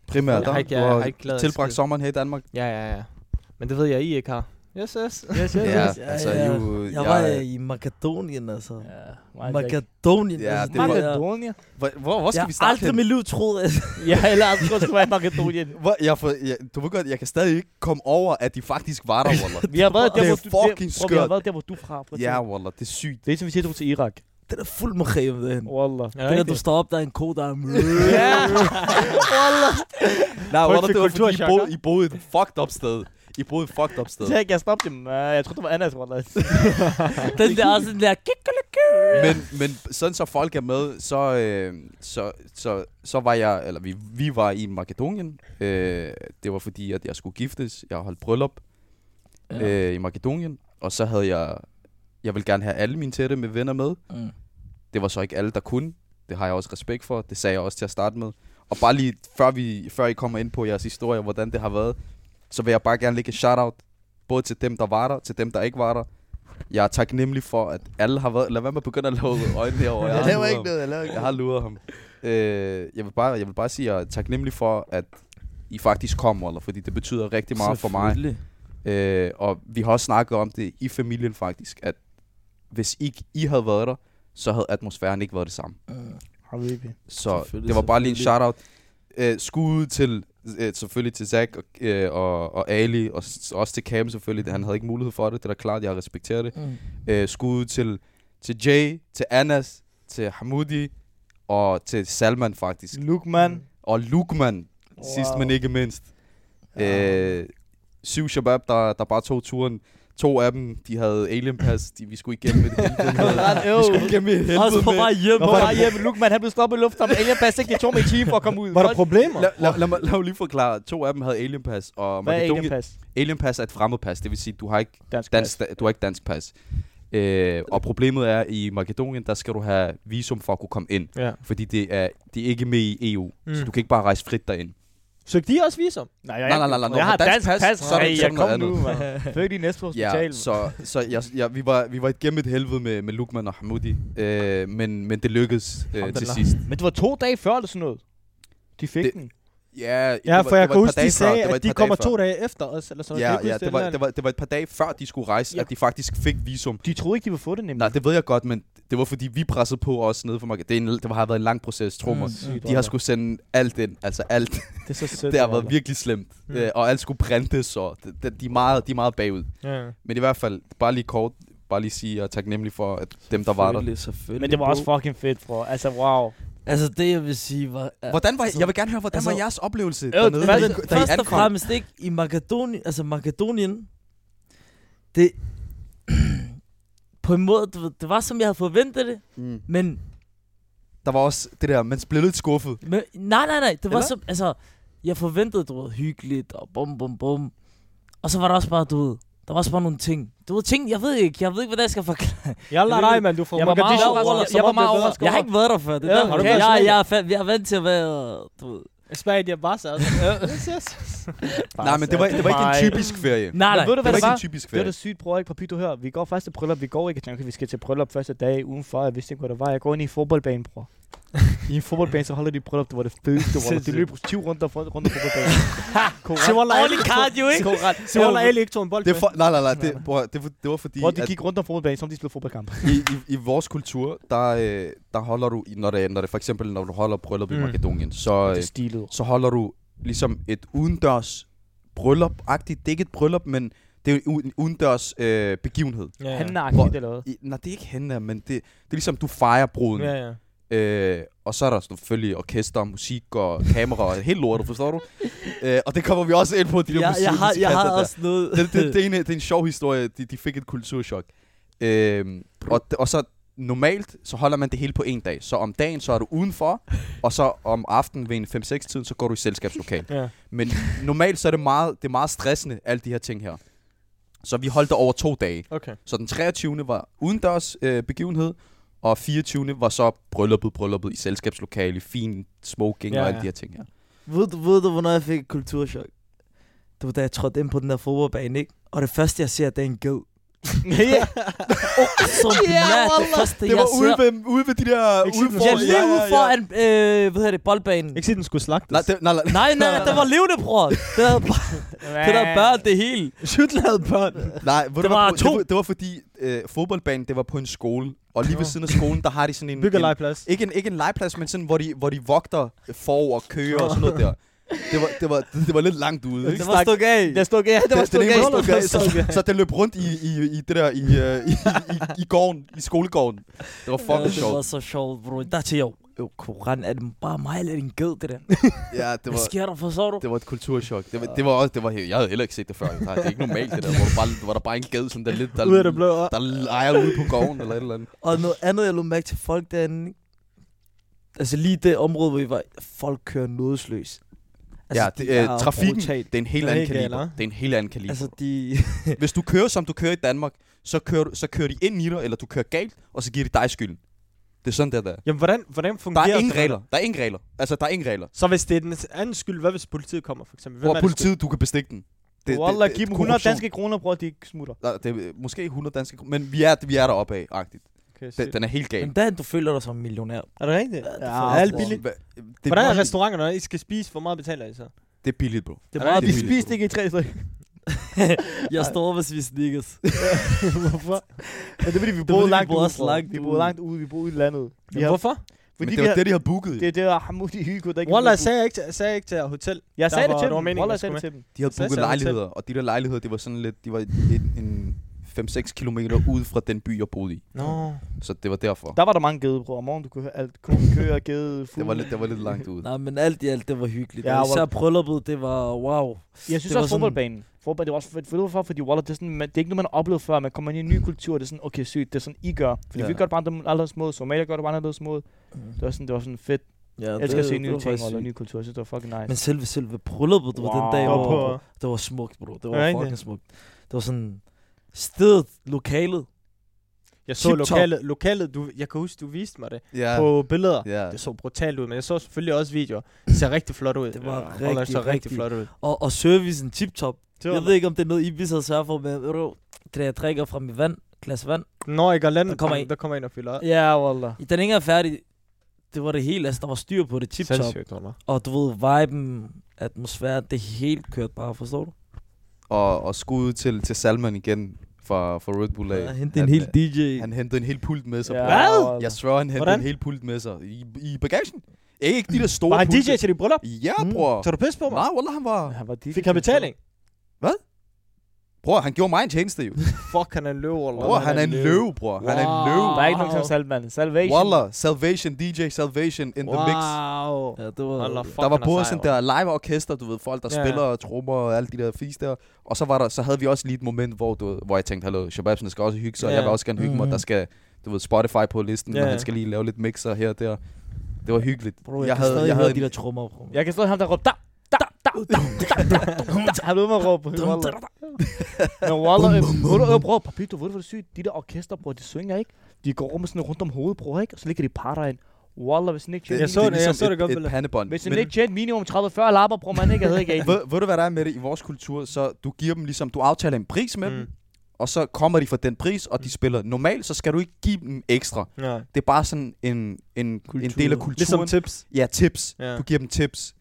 Speaker 3: Primært.
Speaker 5: Jeg har ikke-
Speaker 3: du
Speaker 5: jeg
Speaker 3: har
Speaker 5: har ikke lavet en
Speaker 3: tilbragt
Speaker 5: skid.
Speaker 3: sommeren her i Danmark.
Speaker 5: Ja, ja, ja. Men det ved jeg, I ikke har. Yes, yes.
Speaker 1: Yes, yes, yes.
Speaker 4: Ja,
Speaker 3: altså,
Speaker 4: ja.
Speaker 3: jo,
Speaker 4: Jeg var øh, i Makedonien, altså.
Speaker 1: Ja, meget lækkert.
Speaker 4: Makedonien.
Speaker 3: Ja,
Speaker 4: altså,
Speaker 3: det var-
Speaker 4: er-
Speaker 1: Makedonia.
Speaker 3: Hvor, hvor, hvor skal
Speaker 4: Jeg
Speaker 3: vi
Speaker 4: har
Speaker 3: starte
Speaker 4: aldrig i mit liv troet, at... [LAUGHS]
Speaker 1: Ja, eller andre skulle det være i Makedonien.
Speaker 3: Hvor, jeg, for, jeg, du ved godt, jeg kan stadig ikke komme over, at de faktisk var der,
Speaker 5: [LAUGHS]
Speaker 3: Waller.
Speaker 1: Vi har været der,
Speaker 3: Det er
Speaker 1: hvor du, der,
Speaker 3: fucking
Speaker 1: bror, vi har
Speaker 3: skørt.
Speaker 1: været der, hvor du er fra. prøv at
Speaker 3: ja,
Speaker 1: tænke.
Speaker 3: Waller, det er sygt.
Speaker 1: Det er som vi siger, du til Irak.
Speaker 4: Den er fuld med kræm, den.
Speaker 1: Wallah.
Speaker 5: Er
Speaker 4: Den er,
Speaker 5: rigtigt?
Speaker 4: du står op, der er en ko, der er mød.
Speaker 1: Ja, wallah.
Speaker 3: Nej, Waller, det var
Speaker 5: kultur-
Speaker 3: fordi, I boede, I boede et fucked up sted. I boede et fucked up sted.
Speaker 1: Så jeg kan stoppe dem. Øh, Jeg tror, det var Annas,
Speaker 5: [LAUGHS]
Speaker 1: wallah.
Speaker 4: [LAUGHS] Den der også den der... kikkelikke.
Speaker 3: men, men sådan så folk er med, så, øh, så, så, så var jeg, eller vi, vi var i Makedonien. Øh, det var fordi, at jeg skulle giftes. Jeg holdt bryllup
Speaker 4: Ja.
Speaker 3: øh, i Makedonien. Og så havde jeg, jeg ville gerne have alle mine tætte med venner med.
Speaker 4: Mm.
Speaker 3: Det var så ikke alle, der kunne. Det har jeg også respekt for. Det sagde jeg også til at starte med. Og bare lige før, vi, før I kommer ind på jeres historie, og hvordan det har været, så vil jeg bare gerne lægge et shout-out. Både til dem, der var der, til dem, der ikke var der. Jeg er taknemmelig for, at alle har været... Lad være med at begynde at lave øjnene herovre. Jeg, har luret ham.
Speaker 1: noget, jeg laver
Speaker 3: jeg har luret ham. Øh, jeg, vil bare, jeg vil bare sige, at jeg er taknemmelig for, at I faktisk kom, eller, fordi det betyder rigtig meget for mig.
Speaker 4: Selvfølgelig.
Speaker 3: Øh, og vi har også snakket om det i familien faktisk, at hvis ikke I havde været der, så havde atmosfæren ikke været det samme.
Speaker 4: Mm.
Speaker 1: Habibi.
Speaker 3: Så
Speaker 4: Selvfølgelig,
Speaker 3: det var bare lige en
Speaker 4: selvfølgelig.
Speaker 3: shout-out. Øh, skud til, øh, selvfølgelig til Zach og, øh, og, og Ali, og s- også til Cam selvfølgelig. Han havde ikke mulighed for det, det er da klart, jeg respekterer det.
Speaker 4: Mm.
Speaker 3: Øh, skud til, til Jay, til Anas, til Hamoudi og til Salman faktisk. Mm.
Speaker 1: Lukman.
Speaker 3: Og Lukman, wow. sidst men ikke mindst. Øh, syv shabab, der, der bare tog turen. To af dem, de havde alien pass. De, vi skulle igennem
Speaker 4: [LAUGHS]
Speaker 3: et helvede. med-
Speaker 1: Øv.
Speaker 3: vi skulle igennem et
Speaker 4: Også
Speaker 3: helvede
Speaker 4: på vej
Speaker 3: med.
Speaker 4: hjem.
Speaker 1: Nå, bare hjemme. Lukman, han blev stoppet i luften. Alien Pass ikke, det tog mig en time for at komme ud.
Speaker 5: Var der problemer?
Speaker 3: Lad, lad, lad, mig, lad mig lige forklare. To af dem havde alien pass. Og
Speaker 1: Hvad er
Speaker 3: Makedonien-
Speaker 1: Alien Pass?
Speaker 3: Alien pass er et fremmed pas. Det vil sige, du har ikke
Speaker 1: Dansk
Speaker 3: dansk, du har ikke dansk pas. Øh, og problemet er, i Makedonien, der skal du have visum for at kunne komme ind.
Speaker 5: Ja.
Speaker 3: Fordi det er, det er ikke med i EU. Mm. Så
Speaker 5: Mm.
Speaker 3: du kan ikke bare rejse frit derind.
Speaker 5: Søgte de også visum?
Speaker 1: Nej, jeg,
Speaker 3: Nej, nej, nej, nej,
Speaker 1: Jeg
Speaker 3: når
Speaker 1: har dansk
Speaker 3: dansk pas,
Speaker 1: pas.
Speaker 3: så er det
Speaker 1: Hey, jeg
Speaker 3: sådan
Speaker 1: kom
Speaker 3: noget
Speaker 1: nu,
Speaker 3: andet.
Speaker 1: mand.
Speaker 3: [LAUGHS]
Speaker 1: Født i næste hospital.
Speaker 3: Ja, så, så jeg, jeg, vi, var, vi var igennem et helvede med, med Lukman og Hamoudi, øh, men, men det lykkedes øh, til
Speaker 5: Alhamdulillah.
Speaker 3: sidst.
Speaker 1: Men det var to dage før eller sådan noget. De fik
Speaker 3: Det-
Speaker 1: den.
Speaker 3: Ja, det
Speaker 5: Ja,
Speaker 3: var-
Speaker 5: for
Speaker 3: det var
Speaker 5: jeg kan
Speaker 3: et par
Speaker 5: huske, de
Speaker 3: dage før,
Speaker 5: sagde,
Speaker 3: det var
Speaker 5: at
Speaker 3: et
Speaker 5: de
Speaker 3: par
Speaker 5: kommer
Speaker 3: dage
Speaker 5: to dage efter os. Eller sådan
Speaker 3: før. Ja,
Speaker 5: noget.
Speaker 3: ja det, var, det, var, det, var, det var et par dage før, de skulle rejse,
Speaker 5: Ja.
Speaker 3: at de faktisk fik visum.
Speaker 1: De troede ikke, de ville få det nemlig.
Speaker 3: Nej, det ved jeg godt, men det var fordi, vi pressede på os nede for markedet. Det, er en, det har været en lang proces, tro mig. De har skulle sende alt ind, altså alt.
Speaker 1: Mm. det er så sødt.
Speaker 3: Det har været virkelig slemt.
Speaker 5: Mm.
Speaker 3: Mm. Og alt skulle printes, og det- det- de, er meget, de er meget bagud.
Speaker 5: Ja.
Speaker 3: Men i hvert fald, bare lige kort, bare lige sige, at jeg er taknemmelig for at dem, der var der.
Speaker 4: Selvfølgelig, selvfølgelig,
Speaker 1: Men det var også
Speaker 4: bro.
Speaker 1: fucking fedt, bro. Altså, wow.
Speaker 4: Altså, det jeg vil sige var... ja,
Speaker 3: Hvordan var, jeg vil gerne høre, hvordan
Speaker 4: Altså-
Speaker 3: var jeres oplevelse
Speaker 1: det
Speaker 3: dernede, da
Speaker 1: var
Speaker 3: I,
Speaker 1: det-
Speaker 3: da I
Speaker 4: Først og
Speaker 3: ankom?
Speaker 4: fremmest ikke i Makedonien, altså Makedonien, det, på en måde, du ved, det var som jeg havde forventet det,
Speaker 3: Mm.
Speaker 4: men,
Speaker 3: Der var også det der, man blev lidt skuffet.
Speaker 4: men nej, nej, nej, det var
Speaker 3: Eller?
Speaker 4: som, altså, jeg forventede, du ved, hyggeligt og bum, bum, bum, og så var der også bare, du ved, der var også bare nogle ting. Du ved, ting, jeg ved ikke, jeg ved ikke, hvordan jeg skal forklare.
Speaker 5: Jeg
Speaker 4: ved
Speaker 5: lader dig,
Speaker 4: det.
Speaker 5: mand. Du får
Speaker 1: Jeg var meget overrasket. Jeg var meget overrasket.
Speaker 4: Jeg har ikke været der før, det er
Speaker 5: Ja,
Speaker 4: ja,
Speaker 5: har
Speaker 4: derfor,
Speaker 5: du
Speaker 4: jeg,
Speaker 5: været
Speaker 4: jeg,
Speaker 5: sådan?
Speaker 4: jeg, er fa- jeg er vant til at være, du ved.
Speaker 5: Spag, de
Speaker 3: [LAUGHS]
Speaker 5: bare sad.
Speaker 3: Nej, men det var, det var ikke en typisk ferie.
Speaker 4: Nej, nej.
Speaker 1: Men ved du,
Speaker 3: Det
Speaker 1: altså, hvad
Speaker 3: var
Speaker 1: det
Speaker 3: ikke
Speaker 1: var?
Speaker 3: en typisk
Speaker 1: Det var
Speaker 3: ferie.
Speaker 1: det sygt, bror, ikke? Papi, du hører. Vi går først til bryllup. Vi går ikke til Vi skal til bryllup første dag udenfor. Jeg vidste ikke, hvad der var. Jeg går ind i en fodboldbane, bror.
Speaker 5: [LAUGHS]
Speaker 1: I en fodboldbane, så holder de bryllup. Det var det fedeste, bror. De
Speaker 5: Sindssygt.
Speaker 1: løb 20 rundt, der, rundt om
Speaker 5: [LAUGHS]
Speaker 1: fodboldbanen.
Speaker 5: Se, hvor
Speaker 1: Korrekt.
Speaker 5: lejligt.
Speaker 4: Ordentlig cardio, ikke?
Speaker 5: Se, hvor Ali ikke tog en bold
Speaker 3: Det
Speaker 5: med.
Speaker 3: for, nej, nej, nej. Det, bror, det, var- det var fordi,
Speaker 1: Bror,
Speaker 3: at-
Speaker 1: de gik rundt om fodboldbanen, som de spillede fodboldkamp.
Speaker 3: i, i, i vores kultur, der, øh, der holder du, i- når det, når det for eksempel når du holder bryllup mm. i
Speaker 5: Mm.
Speaker 3: Makedonien, så,
Speaker 1: Det
Speaker 3: øh,
Speaker 1: er stilet.
Speaker 3: så holder du ligesom et udendørs bryllup-agtigt. Det er ikke et bryllup, men det er en u- en udendørs øh, begivenhed.
Speaker 5: Ja,
Speaker 1: Han
Speaker 5: ja.
Speaker 1: er
Speaker 3: Hvor-
Speaker 1: aktivt eller hvad?
Speaker 3: I, nej, det er ikke henne, men det, det er ligesom, du fejrer bruden.
Speaker 5: Ja, ja.
Speaker 3: Øh, og så er der selvfølgelig orkester, musik og kamera og helt lortet,
Speaker 5: [LAUGHS]
Speaker 3: forstår du? øh, og det kommer vi også ind på, de der
Speaker 4: Jeg, jeg, har, jeg har
Speaker 3: musikkasser der
Speaker 4: også noget...
Speaker 3: det, det, det, er en, det er en sjov historie. De, de fik et kulturschok. Øhm, og, og så normalt, så holder man det hele på en dag. Så om dagen, så er du udenfor, og så om aftenen ved en 5-6-tiden, så går du i selskabslokal.
Speaker 5: Ja.
Speaker 3: Men normalt, så er det meget, det er meget stressende, alle de her ting her. Så vi holdt det over to dage.
Speaker 5: Okay.
Speaker 3: Så den 23. var udendørs øh, begivenhed, og 24. var så brylluppet, brylluppet i selskabslokale, fin smoking
Speaker 5: Ja,
Speaker 3: og
Speaker 5: ja.
Speaker 3: alle de her ting her.
Speaker 4: Ved du, ved du, hvornår jeg fik et kulturschok? Det var da jeg trådte ind på den der fodboldbane, ikke? Og det første, jeg ser, det er en
Speaker 3: [LAUGHS]
Speaker 4: ged.
Speaker 1: Ja.
Speaker 4: Som yeah, det første,
Speaker 3: Det
Speaker 4: jeg
Speaker 3: var
Speaker 4: ser.
Speaker 3: ude ved, ude ved de der...
Speaker 5: Ikke
Speaker 3: Ude
Speaker 5: sådan-
Speaker 3: for,
Speaker 4: Jeg lige ude foran, øh, hvad hedder det, boldbanen.
Speaker 5: Ikke sige, den skulle slagtes.
Speaker 3: Nej, det, nej, nej,
Speaker 4: Nej, nej, det var levende, bror. Det der, det der børn, det hele.
Speaker 5: Shoot lavede børn.
Speaker 3: Nej, det,
Speaker 4: Det
Speaker 3: det, var,
Speaker 4: var
Speaker 3: på-
Speaker 4: to.
Speaker 3: det, var, det var fordi øh, fodboldbanen, det var på en skole. Og lige ved siden af skolen, der har de sådan en...
Speaker 5: Bygger
Speaker 3: en
Speaker 5: legeplads.
Speaker 3: ikke, en, ikke en legeplads, men sådan, hvor de, hvor de vogter for og køer og sådan noget der. Det var, det var, det, det var lidt langt ude, ikke?
Speaker 4: Det var et stuk af.
Speaker 1: Det stod ikke. Ja, det var
Speaker 3: Den-
Speaker 1: stod
Speaker 3: den
Speaker 1: ikke.
Speaker 3: ene var stukket af,
Speaker 5: Stukket
Speaker 3: så, så det løb rundt i, i, i det der, i, øh, i, i, i, gården, i skolegården. Det var
Speaker 4: Ja,
Speaker 3: fucking
Speaker 4: det var
Speaker 3: sjovt.
Speaker 4: så sjovt, bror. Der til jeg, jo, koran, er det bare mig, eller er det en ged, det der?
Speaker 3: Ja, det
Speaker 4: Hvad
Speaker 3: var,
Speaker 4: sker der, forstår du?
Speaker 3: det var et kulturschok. Det var, det var også, det var, jeg havde heller ikke set det før. Det er ikke normalt, det der, hvor, der bare, hvor der bare er en gade, sådan der lidt, der,
Speaker 5: Ud af det blå.
Speaker 3: der leger ude på gården eller et eller andet.
Speaker 4: Og noget andet, jeg lå mærke til folk derinde. ikke? Altså lige det område, hvor vi var, folk kører nådesløs.
Speaker 3: Altså, ja,
Speaker 4: de
Speaker 3: det, øh,
Speaker 4: er
Speaker 3: trafikken,
Speaker 4: brutalt.
Speaker 3: det er en helt
Speaker 5: Den er
Speaker 3: anden
Speaker 5: helt gal,
Speaker 3: kaliber.
Speaker 5: hva'?
Speaker 3: Det er en helt anden kaliber.
Speaker 4: Altså, de...
Speaker 3: [LAUGHS] Hvis du kører, som du kører i Danmark, så kører, du, så kører de ind i dig, eller du kører galt, og så giver de dig skylden. Det er sådan, der, der. er.
Speaker 5: Jamen, hvordan, hvordan
Speaker 3: Der
Speaker 5: fungerer
Speaker 3: er ingen
Speaker 5: det?
Speaker 3: regler. Der er ingen regler. Altså, der er ingen regler.
Speaker 5: Så hvis det er den anden skyld, hvad hvis politiet kommer, for eksempel?
Speaker 3: Hvor
Speaker 5: er det
Speaker 3: politiet, du kan bestikke den.
Speaker 1: Det, Wallah, giv dem 100
Speaker 3: korruption.
Speaker 1: danske kroner, bror, de smutter.
Speaker 3: Nej, det er, øh, måske 100 danske kroner, men vi er, vi er deroppe af, agtigt.
Speaker 5: skyld? Okay,
Speaker 3: Den,
Speaker 5: sygt.
Speaker 3: den er helt gal.
Speaker 4: Men der du føler dig som en millionær.
Speaker 5: Er det rigtigt?
Speaker 4: Ja, det
Speaker 5: Ja,
Speaker 4: får
Speaker 5: er
Speaker 4: jeg
Speaker 5: alt
Speaker 4: også
Speaker 5: billigt.
Speaker 3: Hva- Det
Speaker 5: Hvordan er
Speaker 3: billigt.
Speaker 5: restauranterne, når I skal spise? Hvor meget betaler altså? I så?
Speaker 3: Det er billigt, bro.
Speaker 4: Det
Speaker 5: Er
Speaker 4: er
Speaker 5: der
Speaker 4: meget
Speaker 5: en
Speaker 1: De
Speaker 3: billigt,
Speaker 1: spiste
Speaker 3: bro.
Speaker 1: ikke i tre stykker.
Speaker 4: Jeg står ved vi sneakers.
Speaker 1: Hvorfor? Ja, det er fordi, vi
Speaker 4: fordi,
Speaker 1: boede
Speaker 4: vi
Speaker 1: langt
Speaker 4: boede
Speaker 1: ude.
Speaker 4: også
Speaker 1: bror.
Speaker 4: langt
Speaker 1: Vi
Speaker 4: ude.
Speaker 1: boede langt ude, vi boede i landet. Vi
Speaker 5: Jamen,
Speaker 1: har-
Speaker 5: Hvorfor?
Speaker 3: Men
Speaker 1: Fordi
Speaker 3: det
Speaker 1: vi
Speaker 3: var
Speaker 1: har-
Speaker 3: det, de havde booket.
Speaker 1: Det
Speaker 3: jo.
Speaker 1: er det, der Hamoud i Hyko, der ikke
Speaker 5: Wallah,
Speaker 1: havde boet.
Speaker 5: sagde jeg ikke til, sagde jeg ikke til hotel.
Speaker 1: Jeg
Speaker 5: der
Speaker 1: sagde det
Speaker 5: var-
Speaker 1: til
Speaker 5: der var
Speaker 1: dem.
Speaker 5: meningen,
Speaker 1: Wallah,
Speaker 5: jeg
Speaker 1: jeg sagde det
Speaker 5: skulle
Speaker 1: til dem.
Speaker 3: De havde
Speaker 5: Så
Speaker 3: booket
Speaker 5: sagde hun til-
Speaker 3: lejligheder, og de der lejligheder, det var sådan lidt, de var en, en 5-6 kilometer ude fra den by, jeg boede i.
Speaker 5: Nå.
Speaker 3: Så det var derfor.
Speaker 1: Der var der mange gede, bror. Om morgenen, du kunne høre alt. Kun køer, gede,
Speaker 3: Det
Speaker 1: fugle.
Speaker 3: var lidt, det var lidt langt ude.
Speaker 4: Nej, men alt i alt, det var hyggeligt.
Speaker 1: Ja,
Speaker 4: Ja, Især
Speaker 1: hvor-
Speaker 4: brylluppet, det var wow.
Speaker 1: Jeg synes
Speaker 4: Det var
Speaker 1: også,
Speaker 4: sådan-
Speaker 1: fodboldbanen. Fodbold, det var også fedt, for, for, fordi Waller, det er, sådan, man, det er ikke noget, man har oplevet før. Man kommer ind i en ny kultur, det er sådan, okay, sygt, det er sådan, I gør. Fordi
Speaker 3: Ja.
Speaker 1: ja. vi gør det bare på en anderledes måde, Somalia gør det bare anderledes måde. Det var sådan, det var sådan fedt.
Speaker 4: Ja,
Speaker 1: Jeg elsker at se nye
Speaker 4: var
Speaker 1: ting,
Speaker 4: faktisk
Speaker 1: Waller,
Speaker 4: sygt.
Speaker 1: nye kultur. Jeg synes, det var fucking nice.
Speaker 4: Men selve, selve brylluppet, det var den
Speaker 1: Wow.
Speaker 4: dag,
Speaker 1: Det
Speaker 5: Det
Speaker 4: hvor,
Speaker 5: var
Speaker 1: var
Speaker 5: på...
Speaker 4: hvor- det var smukt, bro. Det var
Speaker 5: Ja, ikke
Speaker 4: fucking
Speaker 5: det?
Speaker 4: smukt. Det var sådan stedet, lokalet.
Speaker 5: Jeg så
Speaker 4: Tip-top.
Speaker 5: lokalet. Lokalet, du, jeg kan huske, du viste mig det.
Speaker 3: Ja.
Speaker 5: på billeder.
Speaker 3: Ja.
Speaker 5: Det så brutalt ud, men jeg så selvfølgelig også videoer. Det ser rigtig flot ud.
Speaker 4: Det var
Speaker 5: Ja,
Speaker 4: rigtig,
Speaker 5: Roland så rigtig
Speaker 4: rigtig-
Speaker 5: flot ud.
Speaker 4: Og, og servicen tip-top.
Speaker 5: var-
Speaker 4: Jeg ved ikke, om det er noget, Ibis har sørget for, men ved du, det der, jeg drikker fra mit vand, glas vand.
Speaker 5: Når jeg går land,
Speaker 4: Der kommer en.
Speaker 5: der kommer en og fylder op.
Speaker 1: Ja, Waller.
Speaker 4: I den ene er færdig. det var det hele. Altså, der var styr på det, tip-top.
Speaker 5: Sindssygt, mand.
Speaker 4: Og du ved, viben, atmosfæren, det helt kørt bare, forstår du?
Speaker 3: Og, og skud til, til Salman igen fra, fra Red Bull af.
Speaker 4: Jeg hentede en hel DJ.
Speaker 3: Han hentede en hel pult med sig.
Speaker 1: Ja,
Speaker 3: Ja.
Speaker 1: Hvad?
Speaker 3: Jeg svær, han hentede
Speaker 5: Hvordan?
Speaker 3: en hel pult med sig. I, i bagagen. Ikke, ikke de der store
Speaker 5: Var han DJ
Speaker 3: pulte.
Speaker 5: til dit bryllup?
Speaker 3: Ja, bror.
Speaker 5: Tager du pis på mig?
Speaker 3: Nej, wallah, han var...
Speaker 1: Han var DJ.
Speaker 5: Fik han betaling?
Speaker 3: Bror, han gjorde mig en tjeneste, jo.
Speaker 5: Fuck, han er en løve, eller
Speaker 3: Bror, han er en løve, bror. Han er en løve.
Speaker 1: Der er ikke nogen som Salman. Salvation.
Speaker 3: Wallah, Salvation, DJ Salvation in the mix.
Speaker 5: Wow.
Speaker 4: Ja, det var...
Speaker 5: Hold da fuck,
Speaker 3: Der var
Speaker 5: han er
Speaker 3: både
Speaker 5: sej,
Speaker 3: sådan
Speaker 5: mand.
Speaker 3: der live orkester, du ved, folk der
Speaker 5: Ja, ja.
Speaker 3: spiller og trommer og alle de der fis der. Og så var der, så havde vi også lige et moment, hvor, du, ved, hvor jeg tænkte, hallo, Shababsen skal også hygge sig, og
Speaker 5: Ja.
Speaker 3: jeg vil også gerne hygge mig,
Speaker 4: Mhm.
Speaker 3: der skal, du ved, Spotify på listen,
Speaker 5: Ja,
Speaker 3: og
Speaker 5: ja.
Speaker 3: han skal lige lave lidt mixer her og der. Det var hyggeligt.
Speaker 4: Bro, jeg, jeg havde, jeg havde de der trommer, bro.
Speaker 1: Jeg kan slå ham, der råber, da, da, da, da, da. Han blev med at råbe, Wallah. Men Wallah, øh, bror, øh, bror, Papito, ved du, hvor det er sygt? De der orkester, bror, de synger ikke. De går rundt med sådan rundt om hovedet, bror, ikke? Og så ligger de parter ind. Wallah, hvis Nick
Speaker 5: Jeg
Speaker 1: Jen...
Speaker 5: så det, jeg så det
Speaker 3: ligesom
Speaker 5: godt
Speaker 3: et, et
Speaker 5: billede.
Speaker 3: pandebånd.
Speaker 1: Hvis
Speaker 3: Men-
Speaker 1: Nick Jen minimum 30-40 lapper, bror, man ikke, jeg havde ikke af.
Speaker 3: ved, ved du, hvad der er med det i vores kultur? Så du giver dem ligesom, du aftaler en pris med mm. dem,
Speaker 5: Mm.
Speaker 3: og så kommer de for den pris, og de spiller. Normalt, så skal du ikke give dem ekstra.
Speaker 5: Ja.
Speaker 3: Det er bare sådan en, en, en
Speaker 4: Kultur.
Speaker 3: del af kulturen.
Speaker 5: Ligesom tips.
Speaker 3: ja, tips.
Speaker 5: Ja.
Speaker 3: Du giver dem tips.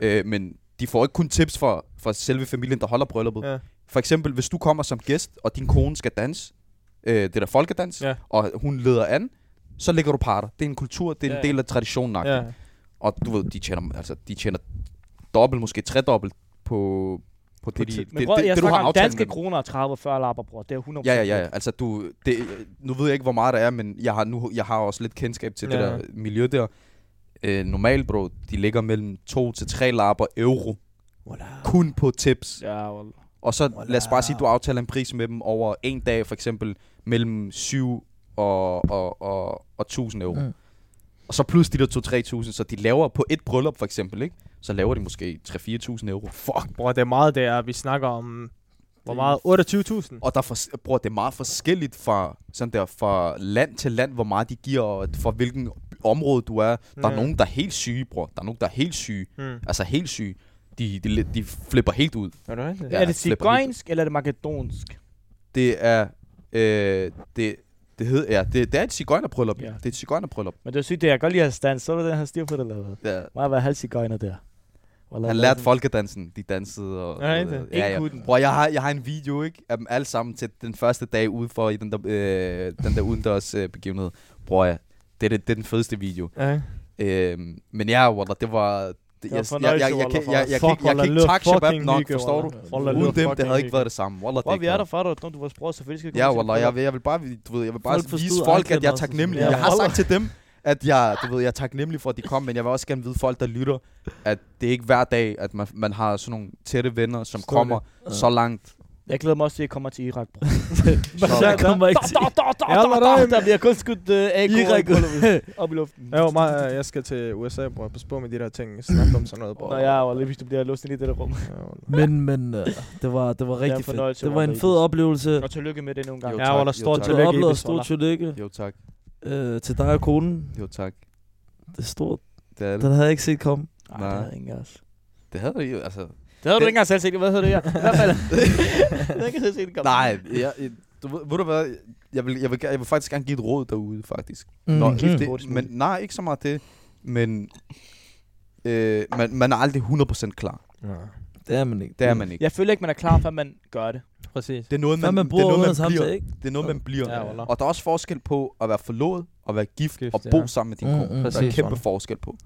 Speaker 3: Øh, men de får ikke kun tips fra, fra selve familien, der holder brylluppet.
Speaker 5: Ja.
Speaker 3: For eksempel, hvis du kommer som gæst, og din kone skal danse, øh, det der folkedans,
Speaker 5: Ja.
Speaker 3: og hun leder an, så lægger du parter. Det er en kultur, det er en
Speaker 5: Ja, ja.
Speaker 3: del af traditionen.
Speaker 5: Ja.
Speaker 3: Ja. Og du ved, de tjener, altså, de tjener dobbelt, måske tredobbelt på, på det, de, det,
Speaker 1: Men bror,
Speaker 3: det,
Speaker 1: jeg
Speaker 3: det, du har
Speaker 1: snakker om
Speaker 3: aftalt
Speaker 1: danske
Speaker 3: med dem.
Speaker 1: kroner og 30-40 lapper, bror. Det er 100%.
Speaker 3: Ja, ja, ja. ja. Altså, du, det, nu ved jeg ikke, hvor meget der er, men jeg har, nu, jeg har også lidt kendskab til ja. det
Speaker 5: Ja.
Speaker 3: der miljø der. Øh, normalt, bro, de ligger mellem 2 til 3 lapper euro. Kun på tips.
Speaker 1: Ja, Wallah.
Speaker 3: Og så lad os bare sige, du aftaler en pris med dem over en dag, for eksempel mellem 7 og, og, og, og 1000 euro.
Speaker 4: Mm.
Speaker 3: Mm. Og så plus de der 2-3.000, så de laver på et bryllup for eksempel, ikke? så laver de måske 3-4.000 euro. Fuck,
Speaker 5: Bror, det er meget, det er, vi snakker om... Hvor meget? 28.000.
Speaker 3: Og der er fors- bror, det er meget forskelligt fra, sådan der, fra land til land, hvor meget de giver, og fra hvilken område du er. Der
Speaker 5: Ja.
Speaker 3: er nogen, der er helt syge, bror. Der er nogen, der er helt syge.
Speaker 5: Mm.
Speaker 3: Altså helt syge. De, de, li- de flipper helt ud.
Speaker 5: Er du rigtigt?
Speaker 3: Ja,
Speaker 1: Er det
Speaker 3: flipper helt
Speaker 1: cigøjnsk, eller er det makedonsk?
Speaker 3: ud. Det er... Øh, det, det, hed, ja, det, det er et cigøjnerbryllup.
Speaker 1: Ja.
Speaker 3: Ja. Det er et cigøjnerbryllup.
Speaker 1: Men det er sygt, det er- jeg kan godt lide at stand. Så er det den her styr på det, eller hvad?
Speaker 3: Ja.
Speaker 1: Må jeg være halv cigøjner der? Wallah,
Speaker 3: Han
Speaker 1: hvad
Speaker 3: lærte
Speaker 1: er
Speaker 3: folkedansen. De dansede og...
Speaker 5: Er det rigtigt?
Speaker 3: ja, ja.
Speaker 1: Ikke
Speaker 3: Bror, jeg har, jeg har en video, ikke? Af dem alle sammen til den første dag ude for i den der, øh, den der udendørs øh, begivenhed. Bror, ja. Det er, det, det er den fedeste video.
Speaker 5: Ja.
Speaker 3: Øhm, men ja, Wallah, det var...
Speaker 1: var
Speaker 3: Det, jeg, jeg, jeg, jeg,
Speaker 1: fornøjelse,
Speaker 3: jeg,
Speaker 1: Wallah,
Speaker 3: kan-
Speaker 1: for
Speaker 3: jeg,
Speaker 1: os.
Speaker 3: jeg, kan ikke- jeg
Speaker 5: Wallah,
Speaker 3: kan
Speaker 5: lød
Speaker 3: ikke takke Shabab
Speaker 5: fucking
Speaker 3: nok,
Speaker 5: hygge,
Speaker 3: forstår du?
Speaker 5: Wallah. Wallah, lød
Speaker 3: Uden dem, det
Speaker 5: fucking
Speaker 3: havde ikke været
Speaker 5: hygge.
Speaker 3: det samme. Wallah,
Speaker 1: Bror,
Speaker 3: det
Speaker 1: vi er der for dig, når du er vores bror, selvfølgelig skal vi
Speaker 3: Ja,
Speaker 1: komme til
Speaker 3: Wallah,
Speaker 1: at
Speaker 3: jeg vil, jeg vil bare, du ved, jeg vil bare
Speaker 4: Folk forstod
Speaker 3: vise folk,
Speaker 4: aldrig,
Speaker 3: at jeg er
Speaker 4: hvad der
Speaker 3: taknemmelig.
Speaker 4: var så-
Speaker 3: Jeg har
Speaker 5: Wallah.
Speaker 3: sagt til dem, at jeg, du ved, jeg er taknemmelig for, at de kom, men jeg vil også gerne vide folk, der lytter, at det er ikke hver dag, at man, man har sådan nogle tætte venner, som
Speaker 5: Forstår
Speaker 3: kommer
Speaker 4: det.
Speaker 3: så langt.
Speaker 1: Jeg glæder mig også til, at I kommer til Irak, bror.
Speaker 3: Så,
Speaker 4: Jeg kommer ikke til...
Speaker 5: Ja, hvordan?
Speaker 1: Der bliver kun skudt øh, AK
Speaker 4: Irak.
Speaker 1: op-
Speaker 3: [LAUGHS]
Speaker 1: op i luften.
Speaker 5: Jo, mig, øh, jeg skal til USA, bror. Pas på med de der ting. Jeg snakker om sådan noget, bror.
Speaker 1: Nå, jeg var lige bestemt, bliver låst ind i det der rum.
Speaker 4: Men, men, øh, det var, det var
Speaker 1: en
Speaker 4: rigtig fedt.
Speaker 1: fornøjelse,
Speaker 4: Det var en
Speaker 1: Robert.
Speaker 4: fed oplevelse.
Speaker 1: Og tillykke med det nogle
Speaker 3: Jo,
Speaker 1: gange.
Speaker 5: Ja,
Speaker 3: tak,
Speaker 5: Wallah,
Speaker 3: jo,
Speaker 5: stort
Speaker 3: tak.
Speaker 4: Du har
Speaker 5: tillykke,
Speaker 4: oplevet
Speaker 5: Ibis,
Speaker 4: stort
Speaker 5: Wallah.
Speaker 4: tillykke
Speaker 3: Jo tak,
Speaker 4: øh, til dig og konen.
Speaker 3: jo tak.
Speaker 4: Det er stort.
Speaker 3: Det, er det.
Speaker 4: Den havde jeg ikke set komme.
Speaker 1: Ej,
Speaker 3: Nej.
Speaker 1: det havde jeg ikke engang, altså.
Speaker 3: det havde det jo, altså.
Speaker 1: Det havde du
Speaker 3: Det-
Speaker 1: ikke engang selv set. Hvad hedder [LAUGHS] det her? I hvert fald. Det havde ikke selv set det komme.
Speaker 3: Nej, jeg, jeg, du, ved, ved du hvad, jeg vil, jeg, vil, ge- jeg vil faktisk gerne give et råd derude, faktisk.
Speaker 4: Mm.
Speaker 3: Nå,
Speaker 4: Mm.
Speaker 3: det, men, nej, ikke så meget det, men øh, man, man er aldrig 100% klar.
Speaker 5: Ja.
Speaker 4: Det er man ikke.
Speaker 3: Det er man ikke.
Speaker 1: Jeg føler ikke, man er klar, før man gør det.
Speaker 5: Præcis.
Speaker 3: Det er noget,
Speaker 4: Før
Speaker 3: man,
Speaker 4: man
Speaker 3: det er
Speaker 4: bruger
Speaker 3: noget, man
Speaker 4: uden
Speaker 3: bliver.
Speaker 4: samtale, ikke?
Speaker 3: Det er noget, man bliver.
Speaker 5: Ja, Wallah.
Speaker 3: og der er også forskel på at være forlovet, og være gift,
Speaker 5: Gift,
Speaker 3: gift og
Speaker 5: ja.
Speaker 3: bo ja. sammen med din
Speaker 4: Mm,
Speaker 3: kone.
Speaker 4: mm.
Speaker 3: der er
Speaker 5: Præcis,
Speaker 3: kæmpe
Speaker 5: Wallah.
Speaker 3: forskel på.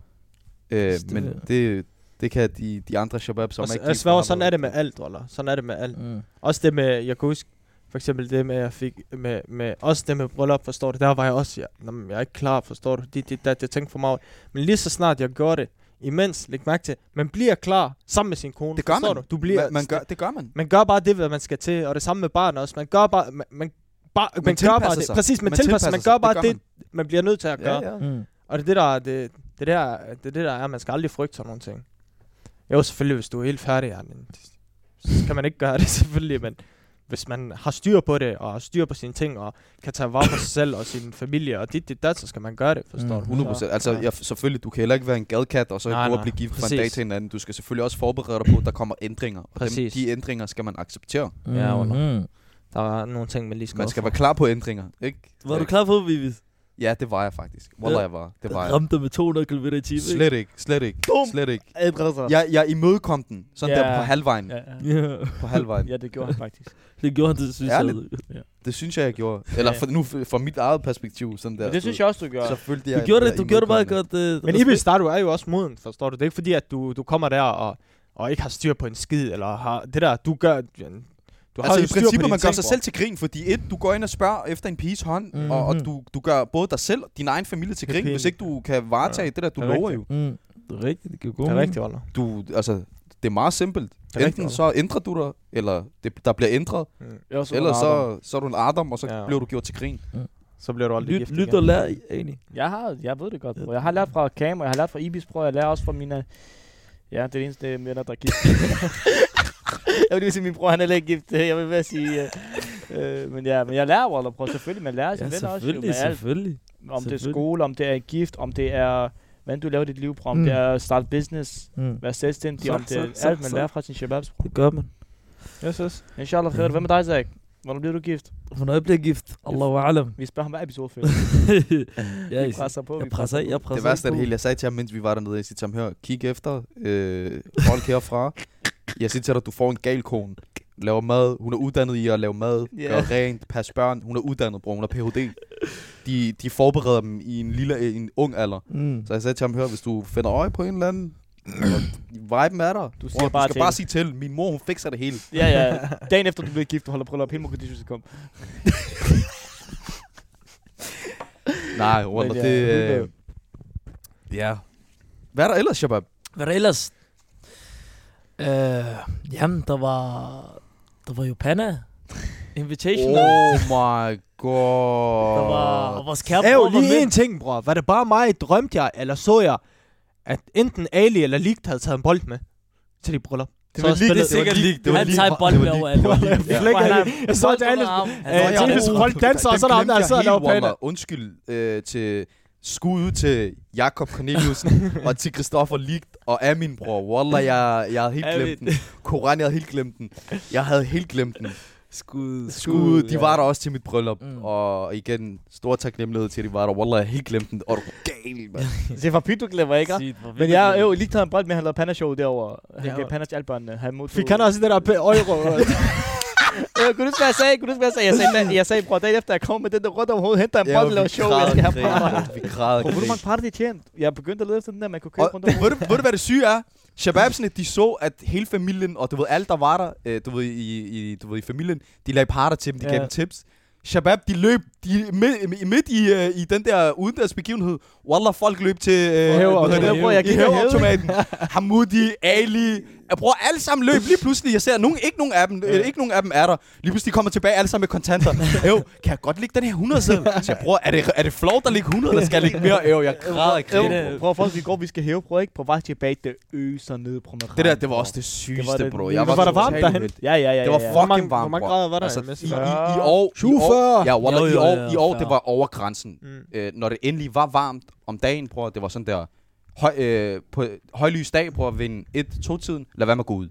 Speaker 3: Øh,
Speaker 4: Præcis, det
Speaker 3: men
Speaker 4: er-
Speaker 3: det, det kan de, de andre shabab, som er ikke
Speaker 5: Og
Speaker 3: gift,
Speaker 5: svær,
Speaker 3: har
Speaker 5: sådan
Speaker 3: været-
Speaker 5: er det med alt, Wallah. Sådan er det med alt.
Speaker 4: Mm.
Speaker 5: Også det med, jeg kan huske, for eksempel det med, jeg fik med, med også det med bryllup, forstår du? Der var jeg også, ja, nå, men jeg er ikke klar, forstår du? Det, det, det, jeg tænkte for meget. Men lige så snart jeg gjorde det, imens, læg mærke til, man bliver klar sammen med sin kone,
Speaker 3: Det gør
Speaker 5: forstår
Speaker 3: man.
Speaker 5: du? Du bliver,
Speaker 3: man, man gør, det gør man.
Speaker 5: man gør bare det, hvad man skal til, og det samme med barnet også. Man gør bare, man, man, bare, man, man gør
Speaker 3: tilpasser
Speaker 5: bare det.
Speaker 3: sig.
Speaker 5: Præcis, man, man tilpasser, man
Speaker 3: sig.
Speaker 5: gør bare det,
Speaker 3: gør
Speaker 5: man. man bliver nødt til at
Speaker 3: man.
Speaker 5: gøre.
Speaker 3: Ja, ja.
Speaker 4: Mm.
Speaker 5: Og det er det, der, er- det, det, der, det, er det der er, man skal aldrig frygte sådan nogle ting. Jo, selvfølgelig, hvis du er helt færdig, ja, men, så kan man ikke gøre det [LAUGHS] selvfølgelig, men hvis man har styr på det, og har styr på sine ting, og kan tage vare på sig selv og sin familie, og dit, dit, dat, så skal man gøre det, forstår
Speaker 4: Mm.
Speaker 5: du?
Speaker 3: 100 procent. Altså,
Speaker 5: Ja.
Speaker 3: jeg, selvfølgelig, du kan heller ikke være en gadkat, og så
Speaker 5: Nej,
Speaker 3: nej, nej.
Speaker 5: nej.
Speaker 3: blive gift fra en
Speaker 5: Præcis.
Speaker 3: dag til en anden. Du skal selvfølgelig også forberede dig på, at der kommer ændringer. Og dem,
Speaker 5: Præcis.
Speaker 3: de ændringer skal man acceptere.
Speaker 5: Ja,
Speaker 4: mm.
Speaker 5: Der er nogle ting, man lige skal
Speaker 3: Man skal være klar på ændringer, ikke?
Speaker 4: Var du klar på, Vivis?
Speaker 3: Ja, det var jeg faktisk. Wallah, jeg var. Det var jeg.
Speaker 4: Ramte med 200 km i timen.
Speaker 3: Slet ikke, slet ikke,
Speaker 1: Dum.
Speaker 3: slet ikke.
Speaker 1: Ædrede sig.
Speaker 3: Jeg, jeg imødekom den, sådan
Speaker 1: Ja.
Speaker 3: der på halvvejen.
Speaker 1: Ja, ja.
Speaker 4: Ja.
Speaker 3: På halvvejen.
Speaker 1: ja, det gjorde han faktisk.
Speaker 4: Det gjorde han, altså. det synes jeg.
Speaker 3: Ærligt. Det synes jeg, jeg gjorde. Eller for, nu f- fra mit eget perspektiv, sådan der.
Speaker 1: Men det synes jeg også, du gjorde.
Speaker 3: Så følte jeg,
Speaker 4: Du gjorde
Speaker 3: at jeg
Speaker 4: det, du gjorde det meget
Speaker 3: imødekom
Speaker 4: godt. øh,
Speaker 5: Men
Speaker 4: respekt.
Speaker 5: Ibis, der er du er jo også moden, forstår du? Det er ikke fordi, at du, du kommer der og, og ikke har styr på en skid, eller har det der, du gør... Du har
Speaker 3: Altså
Speaker 5: jo
Speaker 3: i
Speaker 5: styr på
Speaker 3: princippet,
Speaker 5: dine
Speaker 3: man gør
Speaker 5: ting,
Speaker 3: sig
Speaker 5: bror.
Speaker 3: selv til grin, fordi et, du går ind og spørger efter en piges hånd, mm-hmm. og, og
Speaker 4: Mhm.
Speaker 3: du, du gør både dig selv og din egen familie til
Speaker 5: Det er
Speaker 3: grin,
Speaker 5: pinligt.
Speaker 3: hvis ikke du kan varetage ja. det der, du
Speaker 5: Det er
Speaker 3: lover jo.
Speaker 5: rigtigt.
Speaker 4: Mm. Det er rigtigt, det giver god
Speaker 5: Det er
Speaker 4: mening.
Speaker 5: rigtigt, Mm.
Speaker 3: Du,
Speaker 5: Oller.
Speaker 3: altså, det er meget simpelt.
Speaker 5: er rigtigt,
Speaker 3: Enten
Speaker 5: Olle.
Speaker 3: så ændrer du dig, eller det, der bliver ændret,
Speaker 1: Jeg var sådan
Speaker 3: eller
Speaker 1: en arbejder.
Speaker 3: så, så er du en Adam, og så
Speaker 5: Ja.
Speaker 3: bliver du gjort til grin.
Speaker 5: Så bliver du aldrig
Speaker 4: Lyt,
Speaker 5: gift
Speaker 4: lyt
Speaker 5: igen.
Speaker 4: og lær, egentlig.
Speaker 1: Jeg, har, jeg ved det godt, bro. Jeg har lært fra Cam, og jeg har lært fra Ibis, bro. Jeg lærer også fra mine... Ja, det er det eneste mænd, der er gift. [LAUGHS] jeg vil lige sige, at min bror, han er heller ikke gift. Jeg vil bare sige... øh, Øh, men, ja, men jeg lærer, Waller, bro. Selvfølgelig, man lærer
Speaker 4: Ja,
Speaker 1: sine venner Altså, også. Jo,
Speaker 4: selvfølgelig,
Speaker 1: med alt.
Speaker 4: selvfølgelig.
Speaker 1: Om det er
Speaker 4: Selvfølgelig.
Speaker 1: skole, om det er gift, om det er... Hvordan du laver dit liv, bro. Om
Speaker 4: Mm.
Speaker 1: det er at starte business,
Speaker 4: Mm.
Speaker 1: være selvstændig,
Speaker 4: Så-
Speaker 1: om det
Speaker 4: så-
Speaker 1: er
Speaker 4: så-
Speaker 1: alt, man
Speaker 4: så-
Speaker 1: lærer fra sin shababs, bro.
Speaker 4: Det gør man.
Speaker 5: Yes, yes.
Speaker 1: Inshallah, Fred, hvad med dig, Zach? Hvornår bliver du gift?
Speaker 4: Hvornår jeg bliver gift? Allahu alam.
Speaker 1: Vi spørger ham hver episode, Fred.
Speaker 4: jeg,
Speaker 1: Vi presser på.
Speaker 4: jeg
Speaker 1: vi
Speaker 4: presser af, jeg presser
Speaker 3: Det værste af
Speaker 4: ikke
Speaker 3: det
Speaker 4: på.
Speaker 3: hele, jeg sagde til ham, mens vi var dernede, jeg siger til ham, hør, kig efter øh, folk herfra. Jeg siger til dig, du får en gal kone. Laver mad. Hun er uddannet i at lave mad.
Speaker 1: Ja.
Speaker 3: Yeah. Gør rent. Pas børn. Hun er uddannet, bror. Hun er Ph.D. De, de forbereder dem i en, lille, øh, en ung alder.
Speaker 4: Mm.
Speaker 3: Så jeg sagde til ham, hør, hvis du finder øje på en eller anden, og viben er der.
Speaker 1: Du
Speaker 3: Du,
Speaker 1: siger
Speaker 3: bror,
Speaker 1: bare
Speaker 3: du skal
Speaker 1: til
Speaker 3: bare
Speaker 1: hende.
Speaker 3: sige til. Min mor, hun fikser det hele.
Speaker 1: Ja, ja. Dagen efter, du bliver gift, du holder bryllup. Hele Mogadishu skal komme.
Speaker 3: Nej, Walla,
Speaker 1: Men ja,
Speaker 3: det...
Speaker 1: det er-
Speaker 3: Øh, ja. Hvad er der ellers, Shabab?
Speaker 4: Hvad der ellers? Øh, jamen, der var... Der var jo Panna. Invitation.
Speaker 3: Oh my god.
Speaker 4: Der var og vores kære bror
Speaker 5: Æv,
Speaker 4: var
Speaker 5: lige
Speaker 4: med.
Speaker 5: en ting, bror. Var det bare mig, drømte jeg, eller så jeg, at enten Ali eller Ligt havde taget en bold med til de bryllup?
Speaker 3: Det var
Speaker 5: Så
Speaker 3: lige,
Speaker 5: spillede-
Speaker 3: det er sikkert lige. Det var
Speaker 4: Han
Speaker 3: lige.
Speaker 4: tager bolden altså. med over alt.
Speaker 5: Jeg flækker
Speaker 1: Ja.
Speaker 5: Ali. Jeg så til Ali.
Speaker 3: Nå, ja,
Speaker 5: Øh, Jesus,
Speaker 3: oh,
Speaker 5: hold danser, og
Speaker 3: dem
Speaker 5: så er der ham, der
Speaker 3: glemte
Speaker 5: sidder og
Speaker 3: jeg
Speaker 5: laver
Speaker 3: helt,
Speaker 5: planer.
Speaker 3: Walter. Undskyld øh, til skud ud til Jakob Corneliusen [LAUGHS] og til Christoffer Ligt og Amin, bror. Wallah, jeg, jeg havde helt glemt den. Koran, jeg havde helt glemt den. Jeg havde helt glemt den.
Speaker 4: Skud.
Speaker 3: Skud, ud, de var der også til mit bryllup.
Speaker 4: Mm.
Speaker 3: Mm. Og igen, stor taknemmelighed til, at de var der. Wallah, jeg havde helt glemt den. Og du gal, mand.
Speaker 1: Se, for Pito glemmer ikke, hva'?
Speaker 4: Sygt, hvor
Speaker 1: Men
Speaker 4: vildt
Speaker 1: jeg
Speaker 4: det
Speaker 1: har
Speaker 4: var.
Speaker 1: jo lige taget en bold med, han lavede pandashow derovre. Han
Speaker 5: Ja.
Speaker 1: gav pandas til alle børnene. Han modtog...
Speaker 5: Fik han også det der p- euro?
Speaker 3: [LAUGHS]
Speaker 1: Øh, kunne du huske, hvad jeg sagde? Kunne du huske, hvad jeg sagde? Jeg sagde, jeg sagde bror, dagen efter jeg kom med den der rundt om hovedet, henter en bold og laver show. [LAUGHS] Jeg skal have parter.
Speaker 3: Vi græd
Speaker 1: Hvor mange parter de tjent? Jeg begyndte at lede efter den der, man kunne købe
Speaker 3: Og
Speaker 1: rundt om
Speaker 3: [LAUGHS] ved,
Speaker 1: hovedet.
Speaker 3: du, ved du, hvad det syge er? Shababsene, de så, at hele familien, og du ved, alle, der var der, øh, du ved, i, i, du ved, i familien, de lagde parter til dem, de
Speaker 1: Ja.
Speaker 3: gav dem tips. Shabab, de løb de, midt, midt i, øh, i den der udendørs begivenhed. Wallah, folk løb til... Øh,
Speaker 5: hæver-
Speaker 3: hvad hedder
Speaker 5: hæver-
Speaker 3: det?
Speaker 5: bror, jeg
Speaker 3: I
Speaker 5: gik og
Speaker 3: hæveautomaten. Hamudi, Ali. Jeg bruger alle sammen løb. Lige pludselig, jeg ser nogen, ikke nogen af dem, øh, ikke nogen af dem er der. Lige pludselig de kommer tilbage alle sammen med kontanter. Øv, kan jeg godt lægge den her 100 selv? Så jeg bruger, er det, er det flot at lægge 100, eller skal jeg lægge mere? Øv, jeg græder, jeg græder.
Speaker 1: Øh, Prøv at forstå, vi går, vi skal hæve, prøv ikke? På vej tilbage, det øser nede på mig.
Speaker 3: Det der, det var også det sygeste,
Speaker 1: det
Speaker 3: bro.
Speaker 1: nye.
Speaker 3: Jeg
Speaker 5: Var der varmt
Speaker 3: totalt
Speaker 5: derhen?
Speaker 3: uheldig.
Speaker 1: Ja, ja, ja.
Speaker 3: Det var
Speaker 1: ja, ja.
Speaker 5: Hvor
Speaker 3: fucking
Speaker 5: mange-
Speaker 3: varmt,
Speaker 5: hvor mange
Speaker 3: bror.
Speaker 5: grader var der
Speaker 3: Altså,
Speaker 5: i
Speaker 3: i, i,
Speaker 5: Messi?
Speaker 3: i, år, i år,
Speaker 5: 47.
Speaker 3: ja, wallah,
Speaker 4: Jo,
Speaker 3: i
Speaker 4: jo,
Speaker 3: år,
Speaker 4: ja,
Speaker 3: i år, det
Speaker 4: fair.
Speaker 3: var over grænsen.
Speaker 5: Mm.
Speaker 3: Øh, når det endelig var varmt om dagen, bror, det var sådan der, høj, øh, på højlys dag, bror, ved en 1-2-tiden, lad være med at gå ud.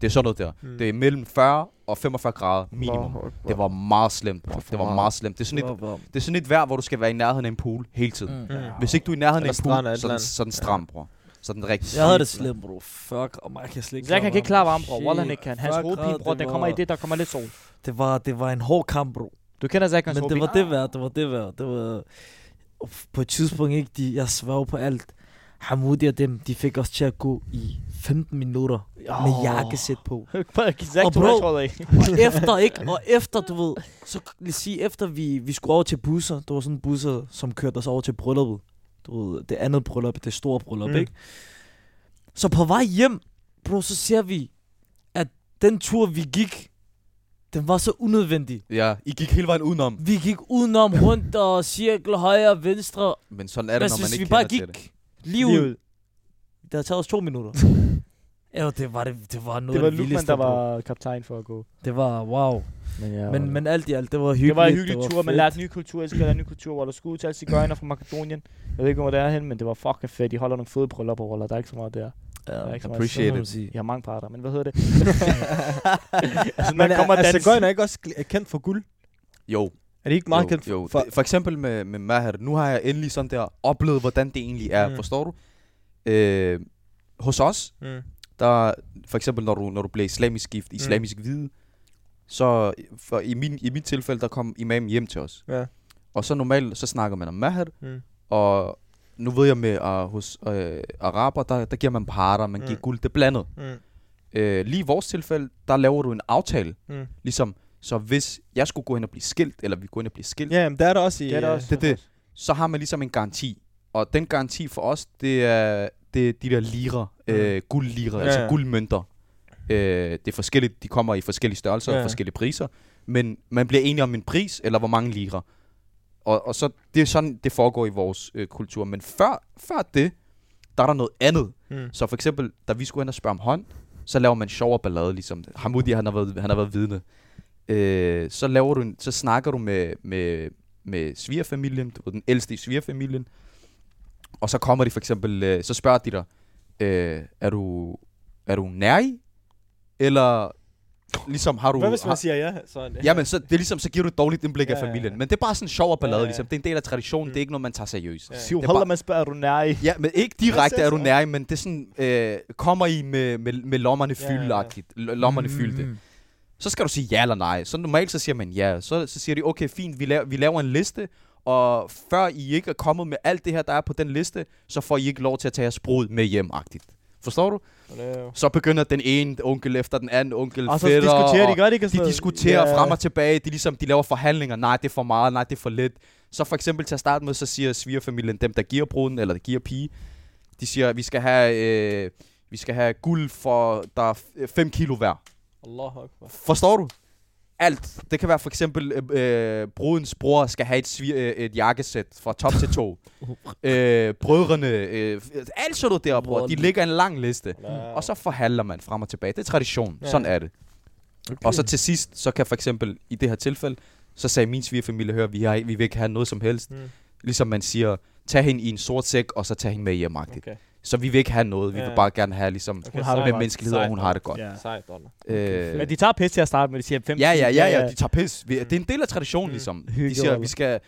Speaker 3: Det er sådan noget der.
Speaker 5: Mm.
Speaker 3: Det er mellem 40 og 45 grader minimum. Det var meget slemt, bror. Det var meget slemt. Det er sådan et,
Speaker 4: Hvor varmt.
Speaker 3: det er sådan et vejr, hvor du skal være i nærheden af en pool hele tiden.
Speaker 4: Mm.
Speaker 3: Hvis ikke du er i nærheden af en
Speaker 5: Eller strand eller
Speaker 3: pool,
Speaker 5: et
Speaker 3: så er
Speaker 5: eller
Speaker 3: den,
Speaker 5: andet.
Speaker 3: så er den stram, bror. Så er den rigtig
Speaker 4: Jeg havde det slemt, bro. Fuck, og mig kan jeg slet ikke
Speaker 1: Zach, han kan ikke klare varme, bror.
Speaker 4: Shit.
Speaker 1: Wallah, han ikke kan. Hans
Speaker 4: Fuck,
Speaker 1: hovedpine,
Speaker 4: det
Speaker 1: bror, den kommer i
Speaker 4: var-
Speaker 1: det, der kommer lidt sol.
Speaker 4: Det var, det var en hård kamp, bro.
Speaker 1: Du kender Zach, hans
Speaker 4: Men det
Speaker 1: hovedpine.
Speaker 4: var det værd, det var det værd. Det var Uff, på et tidspunkt ikke, de, jeg sværger på alt. Hamoudi og dem, de fik os til at gå i 15 minutter oh. med
Speaker 1: Åh.
Speaker 4: jakkesæt på.
Speaker 1: Zach,
Speaker 4: Og
Speaker 1: du
Speaker 4: bro-
Speaker 1: har ikke
Speaker 4: Og efter, ikke? Og efter, du ved, så lige sige, efter vi, vi skulle over til busser, der var sådan en busser, som kørte os over til brylluppet. Du ved, det andet bryllup, det store bryllup,
Speaker 5: Mm.
Speaker 4: mm. ikke? Så på vej hjem, bro, så ser vi, at den tur, vi gik, den var så unødvendig.
Speaker 3: Ja, I gik hele vejen udenom.
Speaker 4: Vi gik udenom rundt og cirkel højre og venstre.
Speaker 3: Men sådan er det,
Speaker 4: Hvad
Speaker 3: når man
Speaker 4: hvis
Speaker 3: ikke
Speaker 4: vi
Speaker 3: kender
Speaker 4: bare
Speaker 3: til det.
Speaker 4: gik lige ud? Det har taget os to
Speaker 3: [LAUGHS]
Speaker 4: minutter. ja, det var, det, det var noget
Speaker 1: Det var
Speaker 4: af
Speaker 1: Lukman,
Speaker 4: det vildeste,
Speaker 1: der
Speaker 4: bro.
Speaker 1: var kaptajn for at gå.
Speaker 4: Det var wow.
Speaker 1: Men, ja,
Speaker 4: Men, men alt i alt, det var hyggeligt.
Speaker 1: det var en hyggelig tur, man
Speaker 4: fedt.
Speaker 1: lærte nye kultur, elsker at lære nye kultur, hvor der skulle ud til alle cigøjner fra Makedonien. Jeg ved ikke, hvor det er hen, men det var fucking fedt. De holder nogle fede bryllupper, Roller. Der er ikke så meget der.
Speaker 4: Ja,
Speaker 1: Der er ikke så meget
Speaker 3: appreciate
Speaker 4: må
Speaker 3: it.
Speaker 4: man sige.
Speaker 1: Jeg har mange parter, men hvad hedder det?
Speaker 5: Men
Speaker 1: altså, man kommer og
Speaker 5: er, er
Speaker 1: danser.
Speaker 5: Sigøjner ikke også gl- kendt for guld?
Speaker 3: Jo,
Speaker 1: Er det ikke meget
Speaker 3: jo,
Speaker 1: kendt?
Speaker 3: jo.
Speaker 1: for-
Speaker 3: For, for eksempel med, med Maher, nu har jeg endelig sådan der oplevet, hvordan det egentlig er,
Speaker 5: Mm.
Speaker 3: mm. forstår du? Øh, hos os,
Speaker 5: Mm.
Speaker 3: der for eksempel når du, når du bliver islamisk gift, islamisk mm. hvide, så for, i, min, i mit tilfælde, der kom imamen hjem til os.
Speaker 5: Ja.
Speaker 3: Og så normalt, så snakker man om Maher,
Speaker 5: Mm.
Speaker 3: og nu ved jeg med, at hos øh, araber, der, der giver man parter, man
Speaker 5: Mm.
Speaker 3: mm. giver guld, det er blandet.
Speaker 5: Mm.
Speaker 3: Øh, lige i vores tilfælde, der laver du en aftale.
Speaker 5: Mm.
Speaker 3: Mm. Ligesom, så hvis jeg skulle gå hen og blive skilt, eller vi går hen og blive skilt,
Speaker 5: Ja, men der er der også i... øh,
Speaker 1: Det er der også.
Speaker 3: det er det. Så har man ligesom en garanti. Og den garanti for os, det er, det er de der lire,
Speaker 5: Mm.
Speaker 3: mm. øh, guldlire,
Speaker 5: Ja,
Speaker 3: ja, altså
Speaker 5: ja.
Speaker 3: guldmønter. Øh, det er forskelligt, de kommer i forskellige størrelser
Speaker 5: Ja,
Speaker 3: ja.
Speaker 5: ja.
Speaker 3: og forskellige priser. Men man bliver enige om en pris, eller hvor mange lire. Og, og så, det er sådan, det foregår i vores øh, kultur. Men før, før det, der er der noget andet.
Speaker 5: Mm.
Speaker 3: Så for eksempel, da vi skulle hen og spørge om hånd, så laver man sjov og ballade, ligesom Hamoudi, han har været, han har været vidne. Øh, så, laver du en, så snakker du med, med, med svigerfamilien, du ved, den ældste i svigerfamilien, og så kommer de for eksempel, øh, så spørger de dig, øh, er du, er du nær eller ligesom har du...
Speaker 5: Hvad hvis man
Speaker 3: har,
Speaker 5: siger ja? Sådan,
Speaker 3: Jamen, så, det er ligesom, så giver du et dårligt indblik
Speaker 5: Ja,
Speaker 3: af
Speaker 5: ja, ja.
Speaker 3: familien. Men det er bare sådan sjov og ballade,
Speaker 5: Ja, ja.
Speaker 3: ligesom. Det er en del af traditionen,
Speaker 5: Mm.
Speaker 3: det er ikke noget, man tager seriøst.
Speaker 5: Ja.
Speaker 1: Siv,
Speaker 3: Det er
Speaker 1: hold
Speaker 3: bare-
Speaker 1: da, man spørger, er du nær i?
Speaker 3: Ja, men ikke
Speaker 5: Hvad
Speaker 3: direkte
Speaker 5: sagde
Speaker 3: er du
Speaker 5: du?
Speaker 3: nær, men det er sådan, øh, kommer I med, med, med lommerne
Speaker 5: Ja, ja, ja.
Speaker 3: fyldagtigt, ja, lommerne mm. fyldte. Så skal du sige ja eller nej. Så normalt så siger man ja. Så, så siger de, okay, fint, vi laver, vi laver en liste, og før I ikke er kommet med alt det her, der er på den liste, så får I ikke lov til at tage jeres brud med hjem-agtigt. Forstår du? Så begynder den ene onkel efter den anden onkel,
Speaker 1: Og så
Speaker 3: fætter,
Speaker 1: diskuterer
Speaker 3: og-
Speaker 1: de, gør de ikke? sådan
Speaker 3: de
Speaker 1: noget?
Speaker 3: diskuterer
Speaker 1: Ja.
Speaker 3: yeah. frem og tilbage, de, ligesom, de laver forhandlinger, nej, det er for meget, nej, det er for lidt. Så for eksempel til at starte med, så siger svigerfamilien, dem der giver bruden, eller der giver pige, de siger, vi skal have, øh, vi skal have guld for, der er 5 kilo hver.
Speaker 5: Allah akbar.
Speaker 3: Forstår du? Alt. Det kan være for eksempel, øh, øh, brudens bror skal have et, svir, øh, et jakkesæt fra top til to. øh, brødrene, øh, alt sådan noget der, bror. De ligger en lang liste. Mm. Og så forhandler man frem og tilbage. Det er tradition.
Speaker 5: Ja.
Speaker 3: Sådan er det. Okay. Og så til sidst, så kan for eksempel i det her tilfælde, så sagde min svigerfamilie, hør, vi, har, ikke- vi vil ikke have noget som helst.
Speaker 5: Mm.
Speaker 3: Mm. Ligesom man siger, tag hende i en sort sæk, og så tag hende med hjem okay.
Speaker 5: Okay.
Speaker 3: Så vi vil ikke have noget, vi
Speaker 5: Ja.
Speaker 3: vil bare gerne have ligesom,
Speaker 5: Okay,
Speaker 3: hun
Speaker 5: sejt
Speaker 3: har det med
Speaker 5: nok.
Speaker 3: menneskelighed, og
Speaker 5: Sejt
Speaker 3: hun
Speaker 5: nok.
Speaker 3: har det godt. Ja.
Speaker 1: Ja.
Speaker 5: Sejt, Donner.
Speaker 3: Øh,
Speaker 1: Men de tager pis til at starte med, de siger 15.
Speaker 3: ja, ja, ja, ja, de tager pis. Vi, det er en del af traditionen,
Speaker 5: Mm.
Speaker 3: ligesom.
Speaker 1: Hygge
Speaker 3: De siger,
Speaker 1: og-
Speaker 3: vi skal...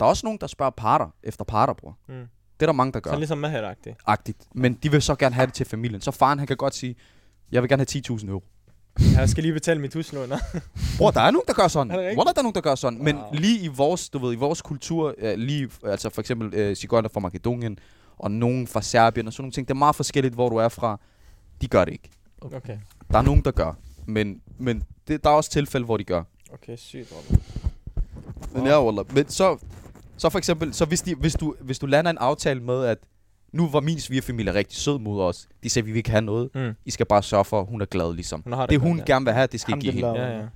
Speaker 3: Der er også nogen, der spørger parter efter parter, bror.
Speaker 5: Mm.
Speaker 3: Mm. Det er der mange, der gør
Speaker 5: Sådan ligesom Maher-agtig.
Speaker 3: agtigt. Men de vil så gerne have det til familien. Så faren, han kan godt sige, jeg vil gerne have 10.000 euro.
Speaker 5: Jeg skal lige betale mit huslån. nå.
Speaker 3: Bror, der er nogen, der gør sådan.
Speaker 5: Er det rigtigt? Ah.
Speaker 3: Hvor er der nogen, der gør sådan? Men
Speaker 5: Wow.
Speaker 3: lige i vores, du ved, i vores kultur, øh, lige, altså for eksempel øh, cigøjner fra Makedonien, og nogen fra Serbien og sådan nogle ting, det er meget forskelligt, hvor du er fra. De gør det ikke.
Speaker 5: Okay.
Speaker 3: Der er nogen, der gør. Men, men det, der er også tilfælde, hvor de gør.
Speaker 5: Okay, sygt, Donner.
Speaker 3: Men, ja, Wallah. men så, så for eksempel, så hvis, de, hvis, du, hvis du lander en aftale med, at nu var min svigerfamilie rigtig sød mod os. De sagde, vi vil ikke have noget.
Speaker 5: Mm.
Speaker 3: I skal bare sørge for, at hun er glad, ligesom.
Speaker 5: Hun har det
Speaker 3: Det,
Speaker 5: godt,
Speaker 3: hun
Speaker 5: ja.
Speaker 3: gerne vil have, det skal I give hende.
Speaker 1: Alhamdulillah.
Speaker 5: Ja, ja.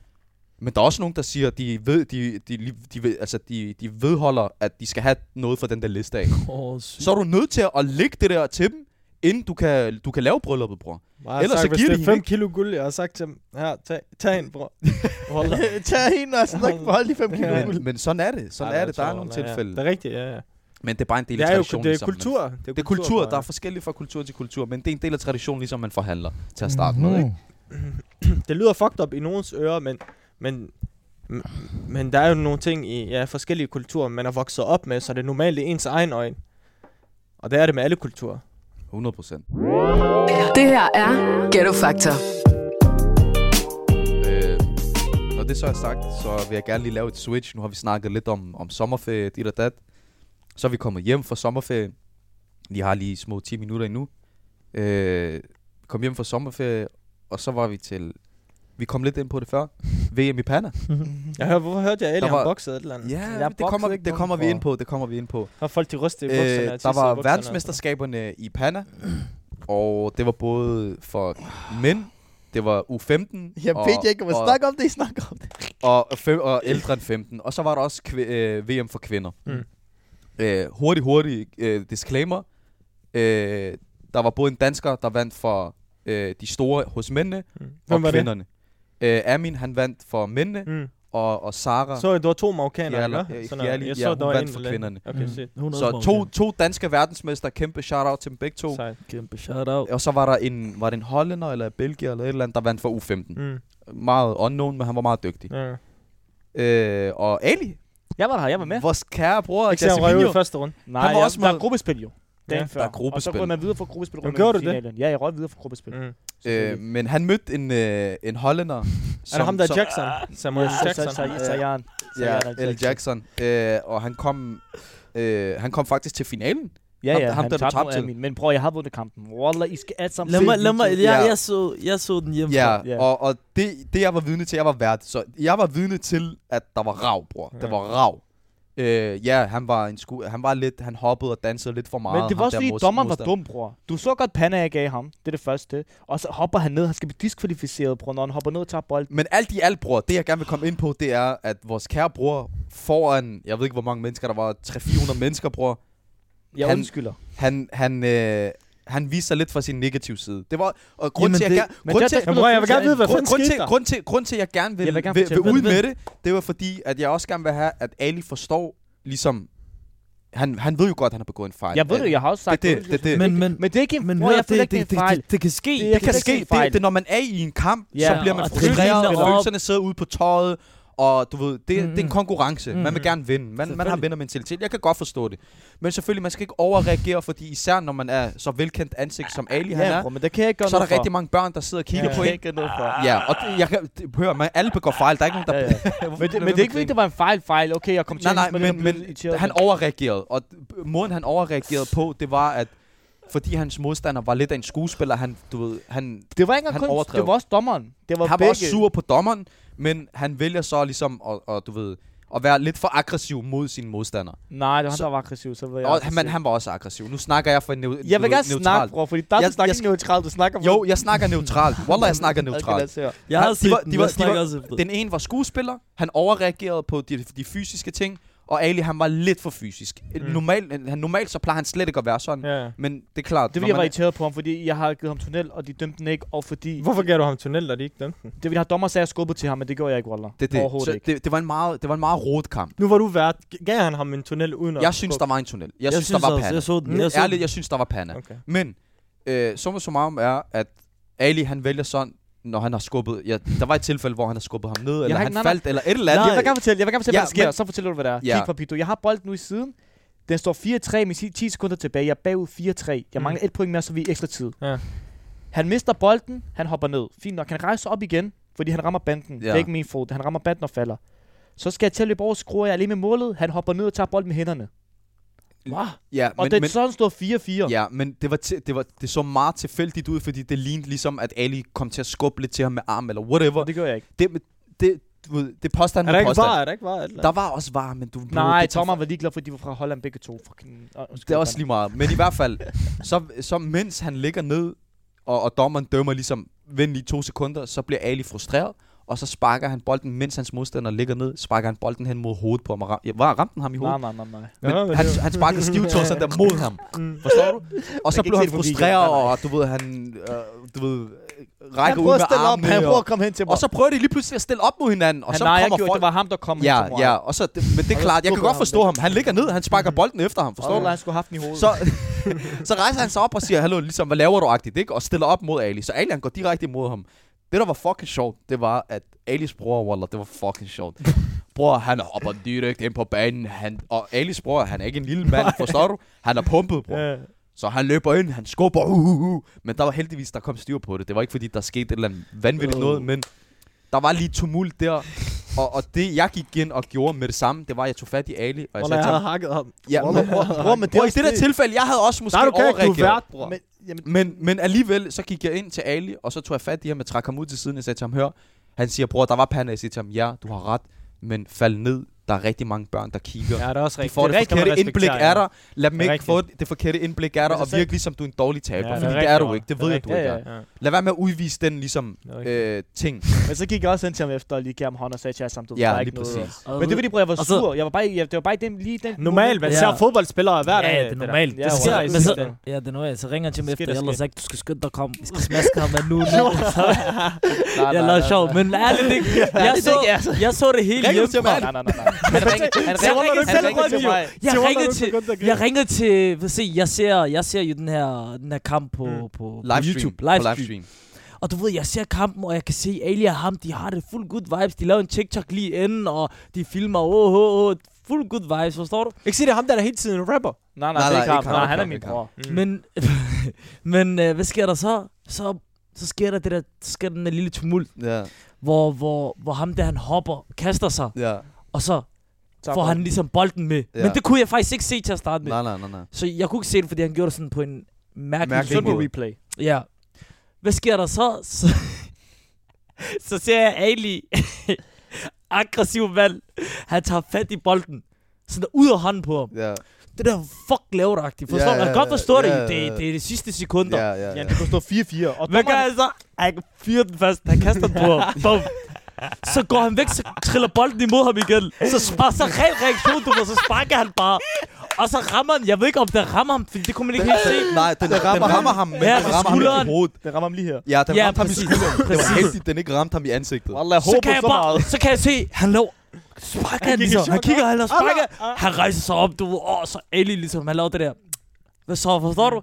Speaker 3: Men der er også nogen, der siger, at de, ved, de, de, de, de, ved, altså de, de vedholder, at de skal have noget fra den der liste af.
Speaker 4: Åh,
Speaker 3: Så er du nødt til at lægge det der til dem, inden du kan, du kan lave brylluppet, bror.
Speaker 5: Bare
Speaker 3: Ellers så
Speaker 5: sagt, hvis
Speaker 3: giver
Speaker 5: det
Speaker 3: de
Speaker 5: er
Speaker 3: hende
Speaker 5: 5 kilo guld, jeg har sagt til dem, her, tag, tag
Speaker 3: [LAUGHS]
Speaker 5: en, bror. Hold da.
Speaker 1: Øh, Tag hende
Speaker 5: [LAUGHS]
Speaker 1: og snak på hold de 5 kilo.
Speaker 5: Ja.
Speaker 1: guld.
Speaker 3: Men, men sådan er det. Sådan
Speaker 5: Ej,
Speaker 3: er det. Der er
Speaker 5: sjovt,
Speaker 3: nogle
Speaker 5: Donner, ja.
Speaker 3: tilfælde.
Speaker 5: Det er rigtigt, ja, ja.
Speaker 3: Men det er bare en del
Speaker 5: Det
Speaker 3: af
Speaker 5: er jo
Speaker 3: traditionen.
Speaker 5: det er
Speaker 3: ligesom man-
Speaker 5: kultur.
Speaker 3: Det er kultur.
Speaker 5: tror
Speaker 3: Der er
Speaker 5: jeg.
Speaker 3: forskelligt fra kultur til kultur, men det er en del af traditionen, ligesom man forhandler til at starte med. Ikke?
Speaker 5: det lyder fucked up i nogens ører, men, men, m- men der er jo nogle ting i ja, forskellige kulturer, man er vokset op med, så det er normalt i ens egen øjne. Og det er det med alle kulturer.
Speaker 3: 100 procent.
Speaker 2: Det her er Ghetto Factor.
Speaker 3: Øh, når det så er sagt, så vil jeg gerne lige lave et switch. Nu har vi snakket lidt om, om sommerferie, dit og dat. Så er vi kommet hjem fra sommerferie. Vi har lige små 10 minutter endnu. Øh, kom hjem fra sommerferie, og så var vi til... Vi kom lidt ind på det før. VM i Panna.
Speaker 5: Jeg hører, hvorfor hørte jeg, at Alien
Speaker 3: var-
Speaker 5: var... boxede et eller andet?
Speaker 3: Ja,
Speaker 1: Jeg
Speaker 3: det kommer,
Speaker 1: boksede ikke
Speaker 3: det kommer vi
Speaker 1: nogen
Speaker 3: ind på. Det kommer vi ind på.
Speaker 5: Har folk de ryste i
Speaker 3: Øh,
Speaker 5: bukserne? og tissede
Speaker 3: der
Speaker 5: i
Speaker 3: var
Speaker 5: bukserne og
Speaker 3: verdensmesterskaberne i Panna. Og det var både for mænd, det var U15.
Speaker 1: Jeg ved
Speaker 3: og-
Speaker 1: jeg ikke, hvor
Speaker 3: og-
Speaker 1: snak om det, I snakker om det.
Speaker 3: og, fem, og ældre end 15. Og så var der også kv- øh, VM for kvinder.
Speaker 5: Mm.
Speaker 3: Mm. Øh, hurtig, hurtig øh, disclaimer. Øh, der var både en dansker, der vandt for øh, de store hos mændene
Speaker 5: sådan noget. Mm.
Speaker 3: Hvem
Speaker 5: Hvem var
Speaker 3: og kvinderne. Øh, Amin, han vandt for mændene,
Speaker 5: det? Mm.
Speaker 3: og, og Sara,
Speaker 5: Så det var to marokkanere,
Speaker 3: Fjærler-
Speaker 5: eller?
Speaker 3: ja,
Speaker 5: Sådan noget.
Speaker 3: Fjærli-
Speaker 5: Jeg
Speaker 3: ja,
Speaker 5: så,
Speaker 3: hun
Speaker 5: der var
Speaker 3: vandt
Speaker 5: en
Speaker 3: for
Speaker 5: eller anden.
Speaker 3: kvinderne. Mm.
Speaker 5: Okay, shit.
Speaker 3: så to, to danske verdensmester. Kæmpe shout-out til dem begge to.
Speaker 5: Sejt.
Speaker 4: Kæmpe shout-out.
Speaker 3: Og så var der en, var det en hollænder, eller belgier, eller et eller andet, der vandt for U15.
Speaker 5: Mm.
Speaker 3: Meget unknown, men han var meget dygtig.
Speaker 5: Ja.
Speaker 3: Øh, og Ali,
Speaker 1: Jeg var der, jeg var med.
Speaker 3: Vores kære bror,
Speaker 5: Ikke se, han røg ud i
Speaker 3: Casemiro.
Speaker 5: første runde.
Speaker 1: Nej,
Speaker 3: Han var
Speaker 1: jeg,
Speaker 3: også
Speaker 1: der er
Speaker 3: med-
Speaker 1: gruppespil jo. Dagen
Speaker 5: Ja,
Speaker 1: før.
Speaker 3: der er gruppespil.
Speaker 1: Og så går man videre fra gruppespil.
Speaker 5: Men gjorde du det?
Speaker 1: Ja, jeg røg videre fra gruppespil.
Speaker 5: Mm.
Speaker 3: Øh, men han mødte en, øh, en hollænder.
Speaker 5: Er det ham, der er
Speaker 3: som-
Speaker 5: Jackson? Samuel
Speaker 1: Yes, så- så-
Speaker 5: Jackson.
Speaker 1: så- så- så- Jan. Så
Speaker 3: Ja,
Speaker 1: Jan er
Speaker 3: L. Jackson. Øh, og han kom, øh, han kom faktisk til finalen.
Speaker 1: Ja,
Speaker 3: Ham-
Speaker 1: ja,
Speaker 3: ham,
Speaker 1: han
Speaker 3: der du
Speaker 1: tabte
Speaker 3: tabte
Speaker 1: mod
Speaker 3: til.
Speaker 1: Amin. Men prøv, jeg har vundet kampen. Wallah, I skal alle sammen
Speaker 4: Lad
Speaker 1: se
Speaker 4: mig, lad mig,
Speaker 1: YouTube.
Speaker 4: jeg,
Speaker 3: Ja.
Speaker 4: jeg, så, jeg så den hjemme.
Speaker 3: Ja,
Speaker 1: Ja.
Speaker 3: og, og det, det, jeg var vidne til, jeg var vært. Så jeg var vidne til, at der var rav, bror.
Speaker 5: Ja.
Speaker 3: Der var rav. Øh, ja, han var, en sku, han var lidt, han hoppede og dansede lidt for
Speaker 1: Men
Speaker 3: meget.
Speaker 1: det
Speaker 3: ham
Speaker 1: var også
Speaker 3: der
Speaker 1: fordi,
Speaker 3: mod-
Speaker 1: dommeren var
Speaker 3: modstander.
Speaker 1: dum, bror. Du så godt panda, jeg gav ham. Det er det første. Og så hopper han ned. Han skal blive diskvalificeret, bror, når han hopper ned og tager bolden.
Speaker 3: Men alt i alt, bror, det jeg gerne vil komme ind på, det er, at vores kære bror foran, jeg ved ikke hvor mange mennesker, der var 300-400 mennesker, bror,
Speaker 1: Jeg
Speaker 3: Han-
Speaker 1: undskylder.
Speaker 3: han, han, øh, han viste sig lidt fra sin negative side. Det var, og grund
Speaker 4: Jamen,
Speaker 3: til, at
Speaker 4: det-
Speaker 3: jeg, gerne-
Speaker 1: men
Speaker 3: grund
Speaker 1: der-
Speaker 3: til, at-
Speaker 5: Jamen, bror, jeg vil gerne vide, hvad
Speaker 3: grund,
Speaker 5: fanden
Speaker 3: grund,
Speaker 5: skete
Speaker 3: til,
Speaker 5: der?
Speaker 3: grund, til, grund til, at jeg gerne vil,
Speaker 1: Jeg vil
Speaker 3: vil,
Speaker 1: gerne
Speaker 3: vil,
Speaker 1: fortælle
Speaker 3: vil ud
Speaker 1: dig.
Speaker 3: med det, det var fordi, at jeg også gerne vil have, at Ali forstår, ligesom, han, han ved jo godt, at han har begået en fejl.
Speaker 1: Jeg ved det, jeg har også sagt
Speaker 3: øh, det, det,
Speaker 1: undskyld.
Speaker 3: det, det,
Speaker 4: Men, men,
Speaker 1: Men det er ikke en,
Speaker 4: men
Speaker 1: bror,
Speaker 4: hør,
Speaker 1: jeg føler
Speaker 4: det,
Speaker 1: ikke, det er
Speaker 4: det,
Speaker 1: en fejl.
Speaker 4: det, det, kan ske.
Speaker 1: Det er-
Speaker 3: det kan
Speaker 1: det
Speaker 3: ske.
Speaker 1: ikke
Speaker 3: Det,
Speaker 1: en fejl.
Speaker 3: det, er, når man er i en kamp,
Speaker 1: Ja,
Speaker 3: ja, så bliver man
Speaker 4: og det
Speaker 3: frustreret,
Speaker 4: griner
Speaker 3: og
Speaker 4: op.
Speaker 3: følelserne sidder ude på tøjet, og du ved, det, mm. det er en konkurrence. Mm. Man
Speaker 4: Mhm.
Speaker 3: vil gerne vinde. Man, man har
Speaker 4: Selvfølgelig.
Speaker 3: vindermentalitet. Jeg kan godt forstå det. Men selvfølgelig, man skal ikke overreagere, fordi især når man er så velkendt ansigt som Ali han
Speaker 1: Ja,
Speaker 3: er,
Speaker 1: bror, men det kan jeg ikke gøre
Speaker 3: så er
Speaker 1: noget
Speaker 3: der
Speaker 1: for.
Speaker 3: rigtig mange børn, der sidder og kigger
Speaker 1: Ja. Det kan
Speaker 3: på en.
Speaker 1: jeg ikke gøre noget for.
Speaker 3: Ja, og det, jeg kan, det, hør, man, alle begår fejl. Der er ikke nogen, der...
Speaker 1: Ja, ja.
Speaker 3: [LAUGHS] Hvorfor
Speaker 1: Men,
Speaker 3: bliver
Speaker 1: det,
Speaker 3: du
Speaker 1: men det er
Speaker 3: ved med
Speaker 1: ikke,
Speaker 3: at
Speaker 1: fordi
Speaker 3: grine?
Speaker 1: det var en fejl fejl. Okay, jeg kom til
Speaker 3: Nej, nej,
Speaker 1: at- jeg
Speaker 3: men,
Speaker 1: blev
Speaker 3: men
Speaker 1: lidt irriteret.
Speaker 3: han overreagerede, og d- måden han overreagerede på, det var, at fordi hans modstander var lidt af en skuespiller, han, du ved, han,
Speaker 1: Det var ikke
Speaker 3: han
Speaker 1: engang kun,
Speaker 3: overdrev.
Speaker 1: det var også dommeren. Det var
Speaker 3: han var
Speaker 1: begge.
Speaker 3: også sur på dommeren, men han vælger så ligesom at, og, du ved, at være lidt for aggressiv mod sine modstandere.
Speaker 1: Nej, det var han,
Speaker 3: Så-
Speaker 1: der var aggressiv, så var jeg
Speaker 3: Og,
Speaker 1: aggressiv.
Speaker 3: men han var også aggressiv. Nu snakker jeg for en neu-
Speaker 1: Jeg vil
Speaker 3: neu-
Speaker 1: gerne snakke, bror, fordi der
Speaker 3: Jeg-
Speaker 1: du snakker
Speaker 3: jeg
Speaker 1: ikke neutralt, du snakker
Speaker 3: Jo, jeg snakker neutralt. Wallah, jeg
Speaker 1: [LAUGHS]
Speaker 3: snakker
Speaker 1: Okay, lad
Speaker 3: neutralt.
Speaker 1: os høre.
Speaker 4: Jeg har
Speaker 3: Han- de
Speaker 4: set
Speaker 3: var-
Speaker 4: den,
Speaker 3: de var-
Speaker 4: jeg
Speaker 3: de
Speaker 4: snakker
Speaker 3: var-
Speaker 4: også efter.
Speaker 3: Den ene var skuespiller. Han overreagerede på de, de fysiske ting. Og Ali, han var lidt for fysisk.
Speaker 5: Mm.
Speaker 3: Mm. Normalt, han, normalt så plejer han slet ikke at være sådan. Ja.
Speaker 5: Ja, ja.
Speaker 3: Men det er klart.
Speaker 1: Det er,
Speaker 3: når
Speaker 1: fordi jeg
Speaker 3: man
Speaker 1: var
Speaker 3: er-
Speaker 1: irriteret på ham, fordi jeg har givet ham tunnel, og de dømte den ikke, og fordi...
Speaker 5: Hvorfor gav du ham tunnel, da de ikke dømte den?
Speaker 1: Det er, fordi jeg har dommer sagde, at jeg skubbede til ham, men det gjorde jeg ikke, Wallah.
Speaker 3: det, er det.
Speaker 1: Overhovedet
Speaker 3: Så
Speaker 1: ikke.
Speaker 3: det, det, var en meget, det var en meget rodet kamp.
Speaker 5: Nu var du vært. G- Gav han ham en tunnel uden at...
Speaker 3: Jeg synes, der var en tunnel. Jeg, synes, der var
Speaker 4: også,
Speaker 3: pande.
Speaker 4: jeg så den.
Speaker 5: Mm.
Speaker 4: Jeg så den.
Speaker 3: Ærligt, jeg synes, der var pande.
Speaker 5: Okay.
Speaker 3: Men øh, summa summarum er, at Ali han vælger sådan, når han har skubbet... Ja, der var et tilfælde, hvor han har skubbet ham ned,
Speaker 1: har
Speaker 3: eller han
Speaker 1: ikke- nej, nej.
Speaker 3: faldt, eller et eller andet.
Speaker 1: Jeg vil gerne fortælle, jeg vil gerne fortælle
Speaker 3: Ja,
Speaker 1: hvad der sker,
Speaker 3: men-
Speaker 1: så fortæller du, hvad der er.
Speaker 3: Ja.
Speaker 1: Kig for Pito. Jeg har bolden nu i siden. Den står 4-3 med 10 10 sekunder tilbage. Jeg er bagud 4-3. Jeg
Speaker 5: Mm.
Speaker 1: mangler et point mere, så vi er i ekstra tid.
Speaker 5: Ja.
Speaker 1: Han mister bolden. Han hopper ned. Fint nok. Han rejser op igen, fordi han rammer banden. Det er
Speaker 3: Ja.
Speaker 1: ikke min fod. Han rammer banden og falder. Så skal jeg til at løbe over, skruer jeg alene med målet. Han hopper ned og tager bolden med hænderne. Wow.
Speaker 3: Ja,
Speaker 1: Og
Speaker 3: men,
Speaker 1: den
Speaker 3: men,
Speaker 1: sådan står 4-4.
Speaker 3: ja, men det, var til, det, var, det så meget tilfældigt ud, fordi det lignede ligesom, at Ali kom til at skubbe lidt til ham med arm, eller whatever.
Speaker 1: Og det gør jeg ikke.
Speaker 3: Det, det, det, du ved, det er påstand
Speaker 5: Er der
Speaker 3: mod
Speaker 5: ikke
Speaker 3: påstand.
Speaker 5: var? Er der ikke var?
Speaker 3: Der var også var, men du...
Speaker 1: Nej,
Speaker 3: det tager-
Speaker 1: Thomas var ligeglad, fordi de var fra Holland begge to. Fucking, Åh, undskyld,
Speaker 3: Det er
Speaker 1: Thomas.
Speaker 3: også lige meget. Men i hvert fald, så, så mens han ligger ned, og, og dommeren dømmer ligesom, vend lige to sekunder, så bliver Ali frustreret, og så sparker han bolden, mens hans modstander ligger ned, sparker han bolden hen mod hovedet på ham. Og ram, ja, var ramte den ham i hovedet?
Speaker 1: Nej, nej, nej, nej.
Speaker 5: Ja,
Speaker 3: Men
Speaker 5: men
Speaker 3: han,
Speaker 5: det var-
Speaker 3: han sparkede stivtåsen der mod ham.
Speaker 5: Mm.
Speaker 3: Forstår du? Og så
Speaker 1: kan
Speaker 3: blev
Speaker 1: ikke
Speaker 3: han
Speaker 1: se det på videoen.
Speaker 3: frustreret,
Speaker 1: Nej, nej.
Speaker 3: og du ved, han øh, du ved, øh, rækker ud
Speaker 1: prøver
Speaker 3: med
Speaker 1: at stille op. Han
Speaker 3: armene.
Speaker 1: prøver at
Speaker 3: Og,
Speaker 1: komme hen til mig.
Speaker 3: og så prøver de lige pludselig at stille op mod hinanden. Og
Speaker 1: han,
Speaker 3: så
Speaker 1: nej, jeg
Speaker 3: kommer
Speaker 1: gjorde,
Speaker 3: folk,
Speaker 1: det var ham, der kom hen til
Speaker 3: Ja,
Speaker 1: mig.
Speaker 3: ja, og så, det, men det er
Speaker 1: Og så
Speaker 3: klart, jeg kan
Speaker 1: skubber
Speaker 3: godt
Speaker 1: han
Speaker 3: forstå ham. Han ligger ned, han sparker bolden efter ham,
Speaker 1: Forstår
Speaker 3: forstår
Speaker 1: du,
Speaker 3: du?
Speaker 1: at han skulle have haft den i hovedet?
Speaker 3: Så, så [LAUGHS] rejser han sig op og siger, hallo, ligesom, hvad laver du agtigt, ikke? Og stiller op mod Ali. Så Ali, han går direkte imod ham. Det, der var fucking sjovt, det var, at Alis bror, Waller, det var fucking
Speaker 5: [LAUGHS]
Speaker 3: sjovt. Bror, han hopper direkte ind på banen. Han, og Alis bror, han er ikke en lille
Speaker 5: [LAUGHS]
Speaker 3: mand, forstår du? Han er pumpet, bror.
Speaker 5: Ja.
Speaker 3: Så han løber ind, han skubber, uh, uh, uh. Men der var heldigvis, der kom styr på det. Det var ikke, fordi der skete et eller andet vanvittigt
Speaker 5: Øh.
Speaker 3: noget, men der var lige tumult der. Og, og det, jeg gik ind og gjorde med det samme, det var, at jeg tog fat i Ali,
Speaker 1: Altså,
Speaker 3: og jeg
Speaker 5: Wallah,
Speaker 3: sagde
Speaker 5: jeg
Speaker 3: til ham,
Speaker 5: havde hakket ham.
Speaker 3: Ja,
Speaker 5: Wallah,
Speaker 3: men
Speaker 5: jeg havde
Speaker 1: bror, men det er
Speaker 3: Bror, i
Speaker 1: også
Speaker 3: det der
Speaker 1: det.
Speaker 3: tilfælde, jeg havde også måske
Speaker 5: Nej, du kan ikke. Du er
Speaker 3: overreageret.
Speaker 5: vært, bror.
Speaker 1: Men, jamen,
Speaker 3: Men, men alligevel, så gik jeg ind til Ali, og så tog jeg fat i ham og trak ham ud til siden. Jeg sagde til ham, hør, han siger, bror, der var panda. Jeg siger til ham, ja, du har ret, men fald ned. Der er rigtig mange børn, der kigger.
Speaker 5: Ja, det er også
Speaker 3: De
Speaker 5: rigtigt.
Speaker 3: får det,
Speaker 5: rigtigt, man
Speaker 3: forkerte indblik
Speaker 5: respekterer,
Speaker 3: af dig. Lad dem
Speaker 5: Det er
Speaker 3: ikke få det, det forkerte indblik af dig,
Speaker 1: Men
Speaker 3: og
Speaker 1: så-
Speaker 3: virke ligesom, du er en dårlig taber.
Speaker 5: Ja,
Speaker 3: Ja,
Speaker 5: det
Speaker 3: fordi
Speaker 5: er
Speaker 3: det
Speaker 5: rigtigt,
Speaker 3: er du
Speaker 5: bror.
Speaker 3: ikke. Det
Speaker 5: Det er
Speaker 3: ved jeg, du
Speaker 1: rigtigt.
Speaker 3: ikke
Speaker 1: Ja,
Speaker 3: er.
Speaker 5: ja. Ja.
Speaker 3: Lad være med at udvise den ligesom
Speaker 5: Det er rigtigt.
Speaker 3: øh, ting.
Speaker 1: men så gik jeg også hen til ham efter og lige gav ham hånd og sagde til jer samtidig. der er
Speaker 3: Ja,
Speaker 1: ikke
Speaker 3: lige præcis.
Speaker 4: Og
Speaker 1: Men det var fordi, bror, jeg var
Speaker 4: Og så-
Speaker 1: sur. Jeg var bare, jeg, det var bare i den, lige den.
Speaker 5: Normalt, man
Speaker 4: Ja.
Speaker 5: ser fodboldspillere hver dag.
Speaker 4: Ja, det er normalt.
Speaker 1: Ja,
Speaker 4: det
Speaker 1: Wallah.
Speaker 4: sker
Speaker 5: i
Speaker 4: men så,
Speaker 5: sidste
Speaker 4: Ja, det er normalt. Så ringer han til mig
Speaker 1: Sker
Speaker 4: efter,
Speaker 1: der
Speaker 4: jeg har
Speaker 1: sker.
Speaker 4: sagt, du skal skynde dig at komme. Vi skal smaske ham af nu. nu.
Speaker 1: Nej,
Speaker 4: Jeg
Speaker 1: nej,
Speaker 4: lavede
Speaker 1: nej,
Speaker 4: sjov,
Speaker 1: nej.
Speaker 4: men ærligt ikke. Jeg så,
Speaker 1: ikke, altså.
Speaker 4: jeg så det hele
Speaker 3: Ringer du
Speaker 4: hjemme.
Speaker 3: til mig?
Speaker 1: Nej, nej, nej, nej. Han ringede, han
Speaker 4: Så ringer
Speaker 1: ringede,
Speaker 4: du
Speaker 1: han
Speaker 4: selv
Speaker 1: ringede til
Speaker 4: rundt,
Speaker 1: mig.
Speaker 4: Jeg
Speaker 5: Til
Speaker 4: ringede
Speaker 5: under
Speaker 4: til,
Speaker 5: sekunder, Gud.
Speaker 4: jeg ringede til, for se, jeg ser, jeg ser jo den her, den her kamp på,
Speaker 5: Mm.
Speaker 4: på, på
Speaker 3: Livestream.
Speaker 4: YouTube.
Speaker 3: På Livestream.
Speaker 4: Og du ved, jeg ser kampen, og jeg kan se Ali og ham, de har det fuld good vibes. De laver en TikTok lige inden, og de filmer, åh, oh, oh, oh, fuld good vibes, forstår du?
Speaker 3: Mm.
Speaker 5: Ikke sige, det er ham, der, der hele tiden rapper.
Speaker 1: Nej, nej, det
Speaker 3: Nej,
Speaker 1: er
Speaker 3: nej,
Speaker 1: ikke ham.
Speaker 3: ikke ham,
Speaker 1: Nej, han er
Speaker 3: ikke
Speaker 1: min
Speaker 3: ham.
Speaker 1: bror.
Speaker 5: Mm.
Speaker 4: Men, [LAUGHS] men øh, hvad sker der så? Så, så sker der det der, så sker der den der lille tumult,
Speaker 3: Ja,
Speaker 4: hvor, hvor, hvor ham der han hopper, kaster sig,
Speaker 3: ja.
Speaker 4: og så
Speaker 1: Tak
Speaker 4: får
Speaker 1: for
Speaker 4: han ligesom bolden med.
Speaker 3: Ja.
Speaker 4: Men det kunne jeg faktisk ikke se til at starte med.
Speaker 3: Nej, nej, nej, nej.
Speaker 4: Så jeg kunne ikke se det, fordi han gjorde det sådan på en mærkelig
Speaker 1: det.
Speaker 3: Mærkelig
Speaker 4: mærkelig
Speaker 1: Sønd på
Speaker 3: måde.
Speaker 1: replay.
Speaker 4: Ja. Hvad sker der så? [LAUGHS] Så, så ser jeg Ali, [LAUGHS] aggressiv mand, han tager fat i bolden. Sådan ud af hånden på ham.
Speaker 3: Ja,
Speaker 4: Det der fuck laveragtigt,
Speaker 3: Ja,
Speaker 4: forstår du?
Speaker 3: ja,
Speaker 4: Jeg kan godt
Speaker 3: ja,
Speaker 4: forstå
Speaker 3: ja,
Speaker 4: det.
Speaker 3: ja, ja.
Speaker 4: Det, det er de sidste sekunder.
Speaker 3: ja, ja.
Speaker 1: Ja,
Speaker 3: ja.
Speaker 1: det kunne stå 4-4. Og
Speaker 4: Hvad gør
Speaker 1: dommeren-
Speaker 4: han så? Han fyrer den først. Han kaster den på ham.
Speaker 3: [LAUGHS]
Speaker 4: Bum. Så går han væk, så triller bolden imod ham igen. Så sparer så ren reaktion, du ved, så sparker han bare. Og så rammer han, jeg ved ikke om det rammer ham, fordi det kunne man ikke helt se.
Speaker 3: Nej, den, den rammer, den rammer ham, men
Speaker 4: Ja,
Speaker 3: den rammer ham
Speaker 4: skulderen.
Speaker 3: i hovedet.
Speaker 1: Den rammer ham lige her.
Speaker 3: Ja, den
Speaker 4: Ja,
Speaker 3: ramte ham i
Speaker 4: præcis.
Speaker 3: skulderen. Det var
Speaker 4: Præcis.
Speaker 3: heldigt, den ikke ramte ham i ansigtet.
Speaker 1: Wallah, jeg
Speaker 4: Så
Speaker 1: håber
Speaker 4: kan jeg
Speaker 1: så meget.
Speaker 4: bare, så kan jeg se, han lå, sparker han
Speaker 1: gik i
Speaker 4: ligesom,
Speaker 1: chok,
Speaker 4: han kigger, han laver sparker,
Speaker 1: Allah.
Speaker 4: han rejser sig op, du ved, åh, så Ali ligesom, han laver det der. Hvad så, forstår du?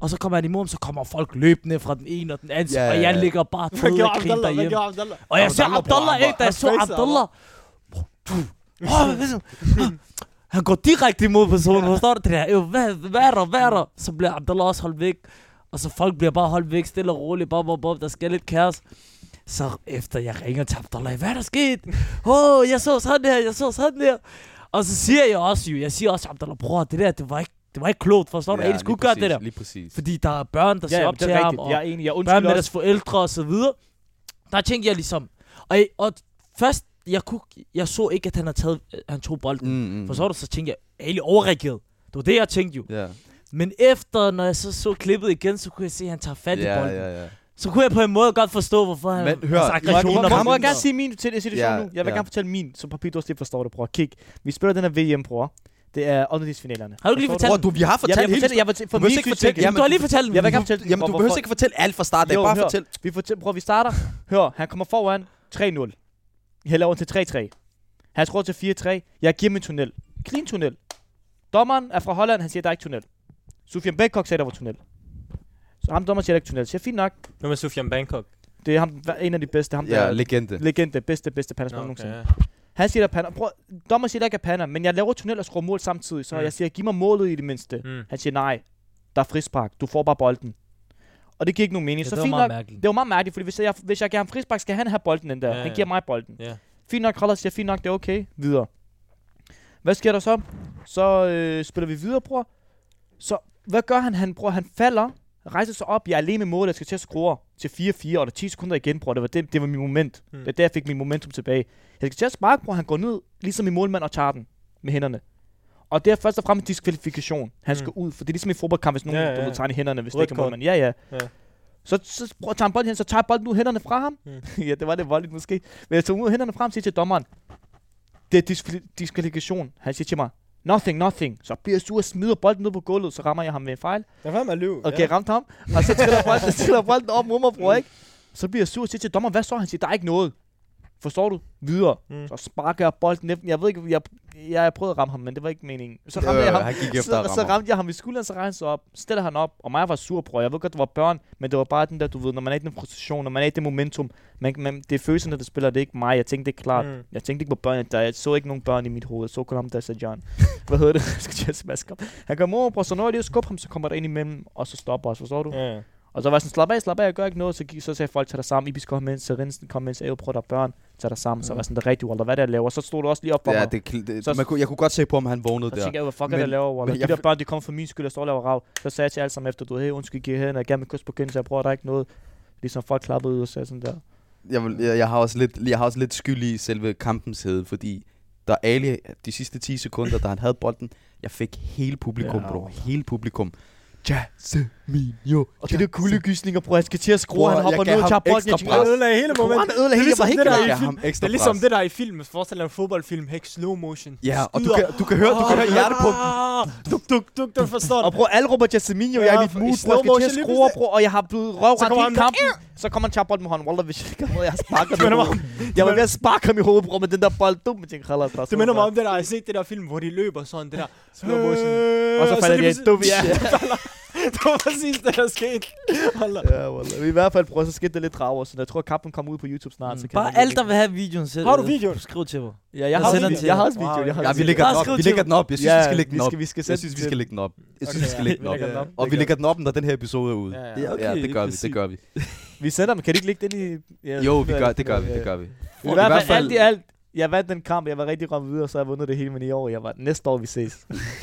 Speaker 4: Og så kommer han imod ham, så kommer folk løbende fra den ene og den anden,
Speaker 3: Ja,
Speaker 4: og jeg
Speaker 3: ja, ja.
Speaker 4: ligger bare
Speaker 5: Hvad
Speaker 4: død
Speaker 5: gjorde
Speaker 4: og griner
Speaker 5: Abdallah? Hvad
Speaker 4: derhjemme.
Speaker 5: gjorde Abdallah?
Speaker 4: Og jeg ser
Speaker 3: Abdallah, bror,
Speaker 4: Abdallah,
Speaker 3: han var-
Speaker 4: ikke? Da jeg
Speaker 5: han
Speaker 4: så
Speaker 5: facer,
Speaker 4: Abdallah. Åh, hvad så? Han går direkte imod personen, forstår du det der? Jo, hvad, hvad er der, hvad er der? Så bliver Abdallah også holdt væk. Og så folk bliver bare holdt væk, stille og roligt, bob, bob, bob, der skal lidt kaos. Så efter jeg ringer til Abdallah, hvad er der sket? Åh, oh, jeg så sådan her, jeg så sådan her. Og så siger jeg også jo, jeg siger også til Abdallah, bror, det der, det var ikke, det var ikke klogt, forstår du? Ja,
Speaker 3: lige
Speaker 4: skulle ikke gøre det
Speaker 3: præcis,
Speaker 4: der.
Speaker 3: Lige præcis.
Speaker 4: Fordi der er børn, der
Speaker 1: Ja,
Speaker 4: ser
Speaker 1: ja,
Speaker 4: op
Speaker 1: det
Speaker 4: til
Speaker 1: er
Speaker 4: ham.
Speaker 1: rigtigt.
Speaker 4: Og,
Speaker 1: Jeg er enig. Jeg
Speaker 4: børn med
Speaker 1: undskylder
Speaker 4: deres
Speaker 1: også.
Speaker 4: forældre og så videre. Der tænkte jeg ligesom, og, og først, jeg, kunne, jeg så ikke, at han, havde taget, øh, han tog bolden.
Speaker 3: Mm, mm.
Speaker 4: For så var det, så tænkte jeg, Ali overreagerede. Det var det, jeg tænkte jo.
Speaker 3: Ja,
Speaker 4: Men efter, når jeg så så klippet igen, så kunne jeg se, at han tager fat i
Speaker 3: ja,
Speaker 4: bolden.
Speaker 3: ja, ja.
Speaker 4: Så kunne jeg på en måde godt forstå, hvorfor han
Speaker 3: Men hør, I
Speaker 4: altså,
Speaker 3: må-
Speaker 1: Må-
Speaker 4: aggressioner
Speaker 1: må-
Speaker 4: var
Speaker 1: Må jeg
Speaker 4: mindre.
Speaker 1: gerne sige min til det situation
Speaker 3: Ja,
Speaker 1: nu? Jeg vil
Speaker 3: ja.
Speaker 1: gerne fortælle min, så Papitos lige forstår det, bror. Kig, vi spiller den her VM, bror. Det er åndedelsfinalerne.
Speaker 4: Har du ikke lige
Speaker 1: Forstår
Speaker 4: fortalt
Speaker 3: Bror,
Speaker 4: den?
Speaker 3: du, vi har
Speaker 1: Jeg
Speaker 3: fortalt
Speaker 1: vil
Speaker 3: hele
Speaker 1: fortælle, jeg vil fortælle, for
Speaker 3: Du behøver
Speaker 1: min
Speaker 3: ikke
Speaker 1: syns
Speaker 3: fortælle-
Speaker 1: ikke.
Speaker 4: Jamen, du har lige fortalt den.
Speaker 1: Jeg vil gerne fortælle
Speaker 3: Jamen, du behøver ikke fortælle alt fra start af.
Speaker 1: Jo,
Speaker 3: Bare
Speaker 1: hør.
Speaker 3: fortæl.
Speaker 1: Vi, fortæl, prøv, vi starter. Hør, han kommer foran 3-0. Hælder over til 3-3. Han skruer til 4-3. Jeg giver min tunnel. Grin tunnel. Dommeren er fra Holland, han siger, der er ikke tunnel. Sufjan Bangkok sagde, der var tunnel. Så ham dommeren siger, der er ikke tunnel. Siger, fint nok.
Speaker 5: Hvem er Sufjan Bangkok?
Speaker 1: Det er ham, en af de bedste. Ham,
Speaker 3: Ja,
Speaker 1: der er
Speaker 3: legende.
Speaker 1: legende, bedste, bedste panderspiller okay. nogensinde. Han siger, der er pander. Prøv, dommeren siger, der ikke er pander, men jeg laver tunnel og skruer mål samtidig. Så
Speaker 5: Mm.
Speaker 1: jeg siger, giv mig målet i det mindste.
Speaker 5: Mm.
Speaker 1: Han siger, nej, der er frispark. Du får bare bolden. Og det giver ikke nogen mening.
Speaker 4: Ja,
Speaker 1: så
Speaker 4: det var
Speaker 1: fint
Speaker 4: meget
Speaker 1: nok,
Speaker 4: mærkeligt.
Speaker 1: det var meget mærkeligt, fordi hvis jeg, hvis jeg giver ham frispark, skal han have bolden den der.
Speaker 5: Ja,
Speaker 1: Ja, han
Speaker 5: ja.
Speaker 1: giver mig bolden.
Speaker 5: Ja.
Speaker 1: Fint nok, Kralder siger, fint nok, det er okay. Videre. Hvad sker der så? Så øh, spiller vi videre, bror. Så hvad gør han? Han, bror, han falder, rejser sig op. Jeg er alene med målet, jeg skal til at skrue til 4-4, og der er 10 sekunder igen, bror. Det var, det, det var min moment.
Speaker 5: Mm.
Speaker 1: Mm. Det er der, jeg fik min momentum tilbage. Jeg skal til at sparke, bror. Han går ned, ligesom i målmand og tager den med hænderne. Og det er først og fremmest diskvalifikation. Han
Speaker 5: Mm.
Speaker 1: skal ud, for det er ligesom i fodboldkamp, hvis nogen
Speaker 5: Ja,
Speaker 1: ja,
Speaker 5: ja,
Speaker 1: ja.
Speaker 5: ja.
Speaker 1: Du ved, tager den i hænderne, hvis det
Speaker 5: Rødt
Speaker 1: ikke er
Speaker 5: kort.
Speaker 1: målmand. Ja, ja.
Speaker 5: Ja.
Speaker 1: Så, så prøver, tager han bolden hen, så tager jeg bolden ud af hænderne fra ham.
Speaker 5: Mm.
Speaker 1: Mm. [LAUGHS] ja, det var lidt voldeligt måske. Men jeg tog den ud af hænderne fra ham og siger til dommeren, det er diskvali- diskvalifikation. Han siger til mig, nothing, nothing. Så bliver jeg sur og smider bolden ned på gulvet, så rammer jeg ham med en fejl.
Speaker 5: Hvad var med at løbe?
Speaker 1: Okay, ja. ramte ham, og så triller bolden, triller bolden op mod mig, bror, ikke? Så bliver jeg sur og siger til dommeren, hvad så? Han siger, der er ikke noget. Forstår du? Videre.
Speaker 5: Mm.
Speaker 1: Mm. Så sparker jeg bolden efter. Jeg ved ikke, jeg, jeg prøvede at ramme ham, men det var ikke meningen. Så rammer
Speaker 3: Øh,
Speaker 1: jeg ham
Speaker 3: Han gik efter
Speaker 1: så,
Speaker 3: at ramme
Speaker 1: så
Speaker 3: ham.
Speaker 1: ramte jeg ham i skulderen, så rejste han op, stiller han op, og mig var sur, bror. Jeg ved godt, det var børn, men det var bare den der, du ved, når man er i den frustration, når man er i det momentum, man, man, det er følelserne, der spiller, det er ikke mig. Jeg tænkte ikke klart. Mm.
Speaker 5: Mm.
Speaker 1: Jeg tænkte ikke på børn, der, jeg så ikke nogen børn i mit hoved. Jeg så kun ham, der sagde John. Hvad hedder det? [LAUGHS] Jeg skal til at smaske ham. Han kommer over, bror, så når jeg lige at skubbe ham, så kommer der ind imellem, og så stopper os, forstår du? Mm.
Speaker 5: Ja, ja.
Speaker 1: Og så var jeg sådan, slap af, slap af, jeg gør ikke noget. Så, gik, så sagde folk, tag dig sammen, Ibis kom mens, Serensen kom mens, Æve, prøv der er børn, tag dig sammen. Så var jeg sådan, det er rigtigt, Walter, hvad er det, jeg laver? Så stod du også lige op for
Speaker 3: Ja,
Speaker 1: mig.
Speaker 3: det, kl- det,
Speaker 1: Så-
Speaker 3: man kunne, jeg kunne godt se på, om han vågnede
Speaker 1: Så
Speaker 3: der.
Speaker 1: tænkte jeg, hvad fuck er det,
Speaker 3: Men-
Speaker 1: jeg laver, Wallah?
Speaker 3: men
Speaker 1: De
Speaker 3: jeg
Speaker 1: der
Speaker 3: f-
Speaker 1: børn, de kommer for min skyld og står og laver rav. Så sagde jeg til alle sammen efter, du ved, hey, undskyld, giv hen, og gav mig et kys på kinden, så jeg prøver, der er ikke noget. Ligesom folk klappede ud og sagde sådan der.
Speaker 3: jeg, vil, jeg, jeg, har også lidt, jeg har også lidt skyld i selve kampens hede, fordi der Ali, de sidste 10 sekunder, da han havde bolden, jeg fik hele publikum,
Speaker 1: Ja.
Speaker 3: ja. bro. Hele publikum. Jasminho.
Speaker 1: Og det der kuldegysninger, bror, han skal til at skrue,
Speaker 3: Bror,
Speaker 1: han hopper
Speaker 3: jeg gav
Speaker 1: ned og
Speaker 3: ham
Speaker 1: tager bolden.
Speaker 3: ekstra
Speaker 1: Jeg
Speaker 3: pres.
Speaker 1: tænker,
Speaker 5: Han ødelagde hele momentet.
Speaker 1: han ødelagde
Speaker 5: Det er
Speaker 1: hele, jeg var
Speaker 5: ligesom
Speaker 1: helt
Speaker 5: det der
Speaker 1: klar.
Speaker 5: i
Speaker 3: Jeg
Speaker 5: film.
Speaker 3: ham ekstra
Speaker 5: Det er ligesom
Speaker 3: pres.
Speaker 5: det der i film. Forestil dig en fodboldfilm, hæk slow motion.
Speaker 3: Ja, og du
Speaker 5: Skyder.
Speaker 3: kan, du kan høre, du kan høre hjertepumpen.
Speaker 5: Ah, Duk, duk, duk, du forstår
Speaker 1: Og
Speaker 5: det.
Speaker 1: bror, alle råber Jasminho, jeg er i
Speaker 5: Ja,
Speaker 1: mit mood,
Speaker 5: i
Speaker 1: bror,
Speaker 5: slow
Speaker 1: jeg skal til
Speaker 5: motion
Speaker 1: at
Speaker 5: lige
Speaker 1: skrue, bror, og jeg har blevet røvret
Speaker 5: kommer
Speaker 1: hele
Speaker 5: han-
Speaker 1: kampen. Så kommer han og tager bolden med hånden, Wallah, hvis jeg ikke har noget, jeg har
Speaker 5: [LAUGHS]
Speaker 1: sparket ham i
Speaker 5: minder mig
Speaker 1: hovedet. Jeg var ved at sparke ham i hovedet, bror, med den der bold. Dum, jeg tænkte, "Khalas, der er
Speaker 5: Det
Speaker 1: sådan
Speaker 5: minder mig
Speaker 1: noget."
Speaker 5: om det der,
Speaker 3: Øh,
Speaker 5: jeg har set det der film, hvor de løber sådan, det der.
Speaker 1: Og så falder de af. Dum, ja.
Speaker 5: det var præcis det, der skete. Wallah.
Speaker 1: Ja, wallah. Vi i hvert fald prøver så skidt det lidt traver, så jeg tror, kampen kommer ud på YouTube snart. Så kan man
Speaker 4: Bare
Speaker 1: lige-
Speaker 4: alt, der vil have videoen selv.
Speaker 5: Har du videoen?
Speaker 4: Skriv til mig.
Speaker 1: Ja, jeg,
Speaker 4: Jeg
Speaker 1: har,
Speaker 4: sender
Speaker 1: også,
Speaker 4: den til
Speaker 1: jeg
Speaker 4: jer.
Speaker 1: har også video.
Speaker 5: Wow.
Speaker 1: Jeg har
Speaker 3: Ja, vi
Speaker 1: video.
Speaker 3: lægger
Speaker 4: Bare
Speaker 3: den
Speaker 4: skriv
Speaker 3: op. Vi
Speaker 4: til
Speaker 3: lægger den op. Jeg synes, vi skal
Speaker 1: Ja,
Speaker 3: lægge den
Speaker 1: vi
Speaker 3: op.
Speaker 1: skal, vi skal
Speaker 3: Jeg
Speaker 1: sætte
Speaker 3: synes, vi
Speaker 1: den
Speaker 3: skal
Speaker 1: til-
Speaker 3: lægge den op. Jeg synes, vi skal lægge den op.
Speaker 5: lægger den op.
Speaker 3: Og vi lægger den op, når den her episode er ude.
Speaker 5: Ja, ja.
Speaker 4: Ja, okay,
Speaker 3: Ja, det gør vi,
Speaker 4: præcis.
Speaker 3: det gør vi.
Speaker 1: Vi sender dem. Kan de ikke lægge den i... Ja,
Speaker 3: Jo, vi gør, det gør vi, det gør vi.
Speaker 1: I hvert fald, alt i alt, jeg vandt den kamp, jeg var rigtig ramt videre, så jeg vundet det hele, men i år, jeg var, næste år vi ses.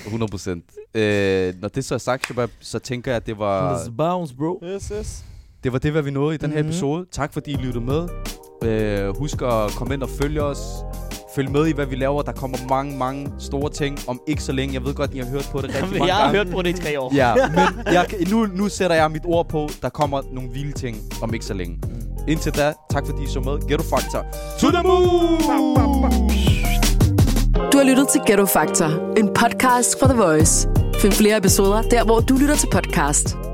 Speaker 3: 100 procent. Øh, når det så er sagt, Shabab, så tænker jeg, at det var,
Speaker 4: Let's bounce, bro.
Speaker 5: Yes, yes.
Speaker 3: det var det, hvad vi nåede i den her
Speaker 4: Mhm.
Speaker 3: episode. Tak fordi I lyttede med. Øh, husk at komme ind og følge os. Følg med i, hvad vi laver. Der kommer mange, mange store ting om ikke så længe. Jeg ved godt, I har hørt på
Speaker 1: [LAUGHS]
Speaker 3: det rigtig mange gange.
Speaker 1: jeg har hørt på det i tre år.
Speaker 3: Ja, men jeg, kan- nu, nu sætter jeg mit ord på, der kommer nogle vilde ting om ikke så længe.
Speaker 1: Mm.
Speaker 3: Indtil da, tak fordi I så med. Ghetto Factor. To the moon!
Speaker 2: Du har lyttet til Ghetto Factor, en podcast fra The Voice. Find flere episoder der, hvor du lytter til podcast.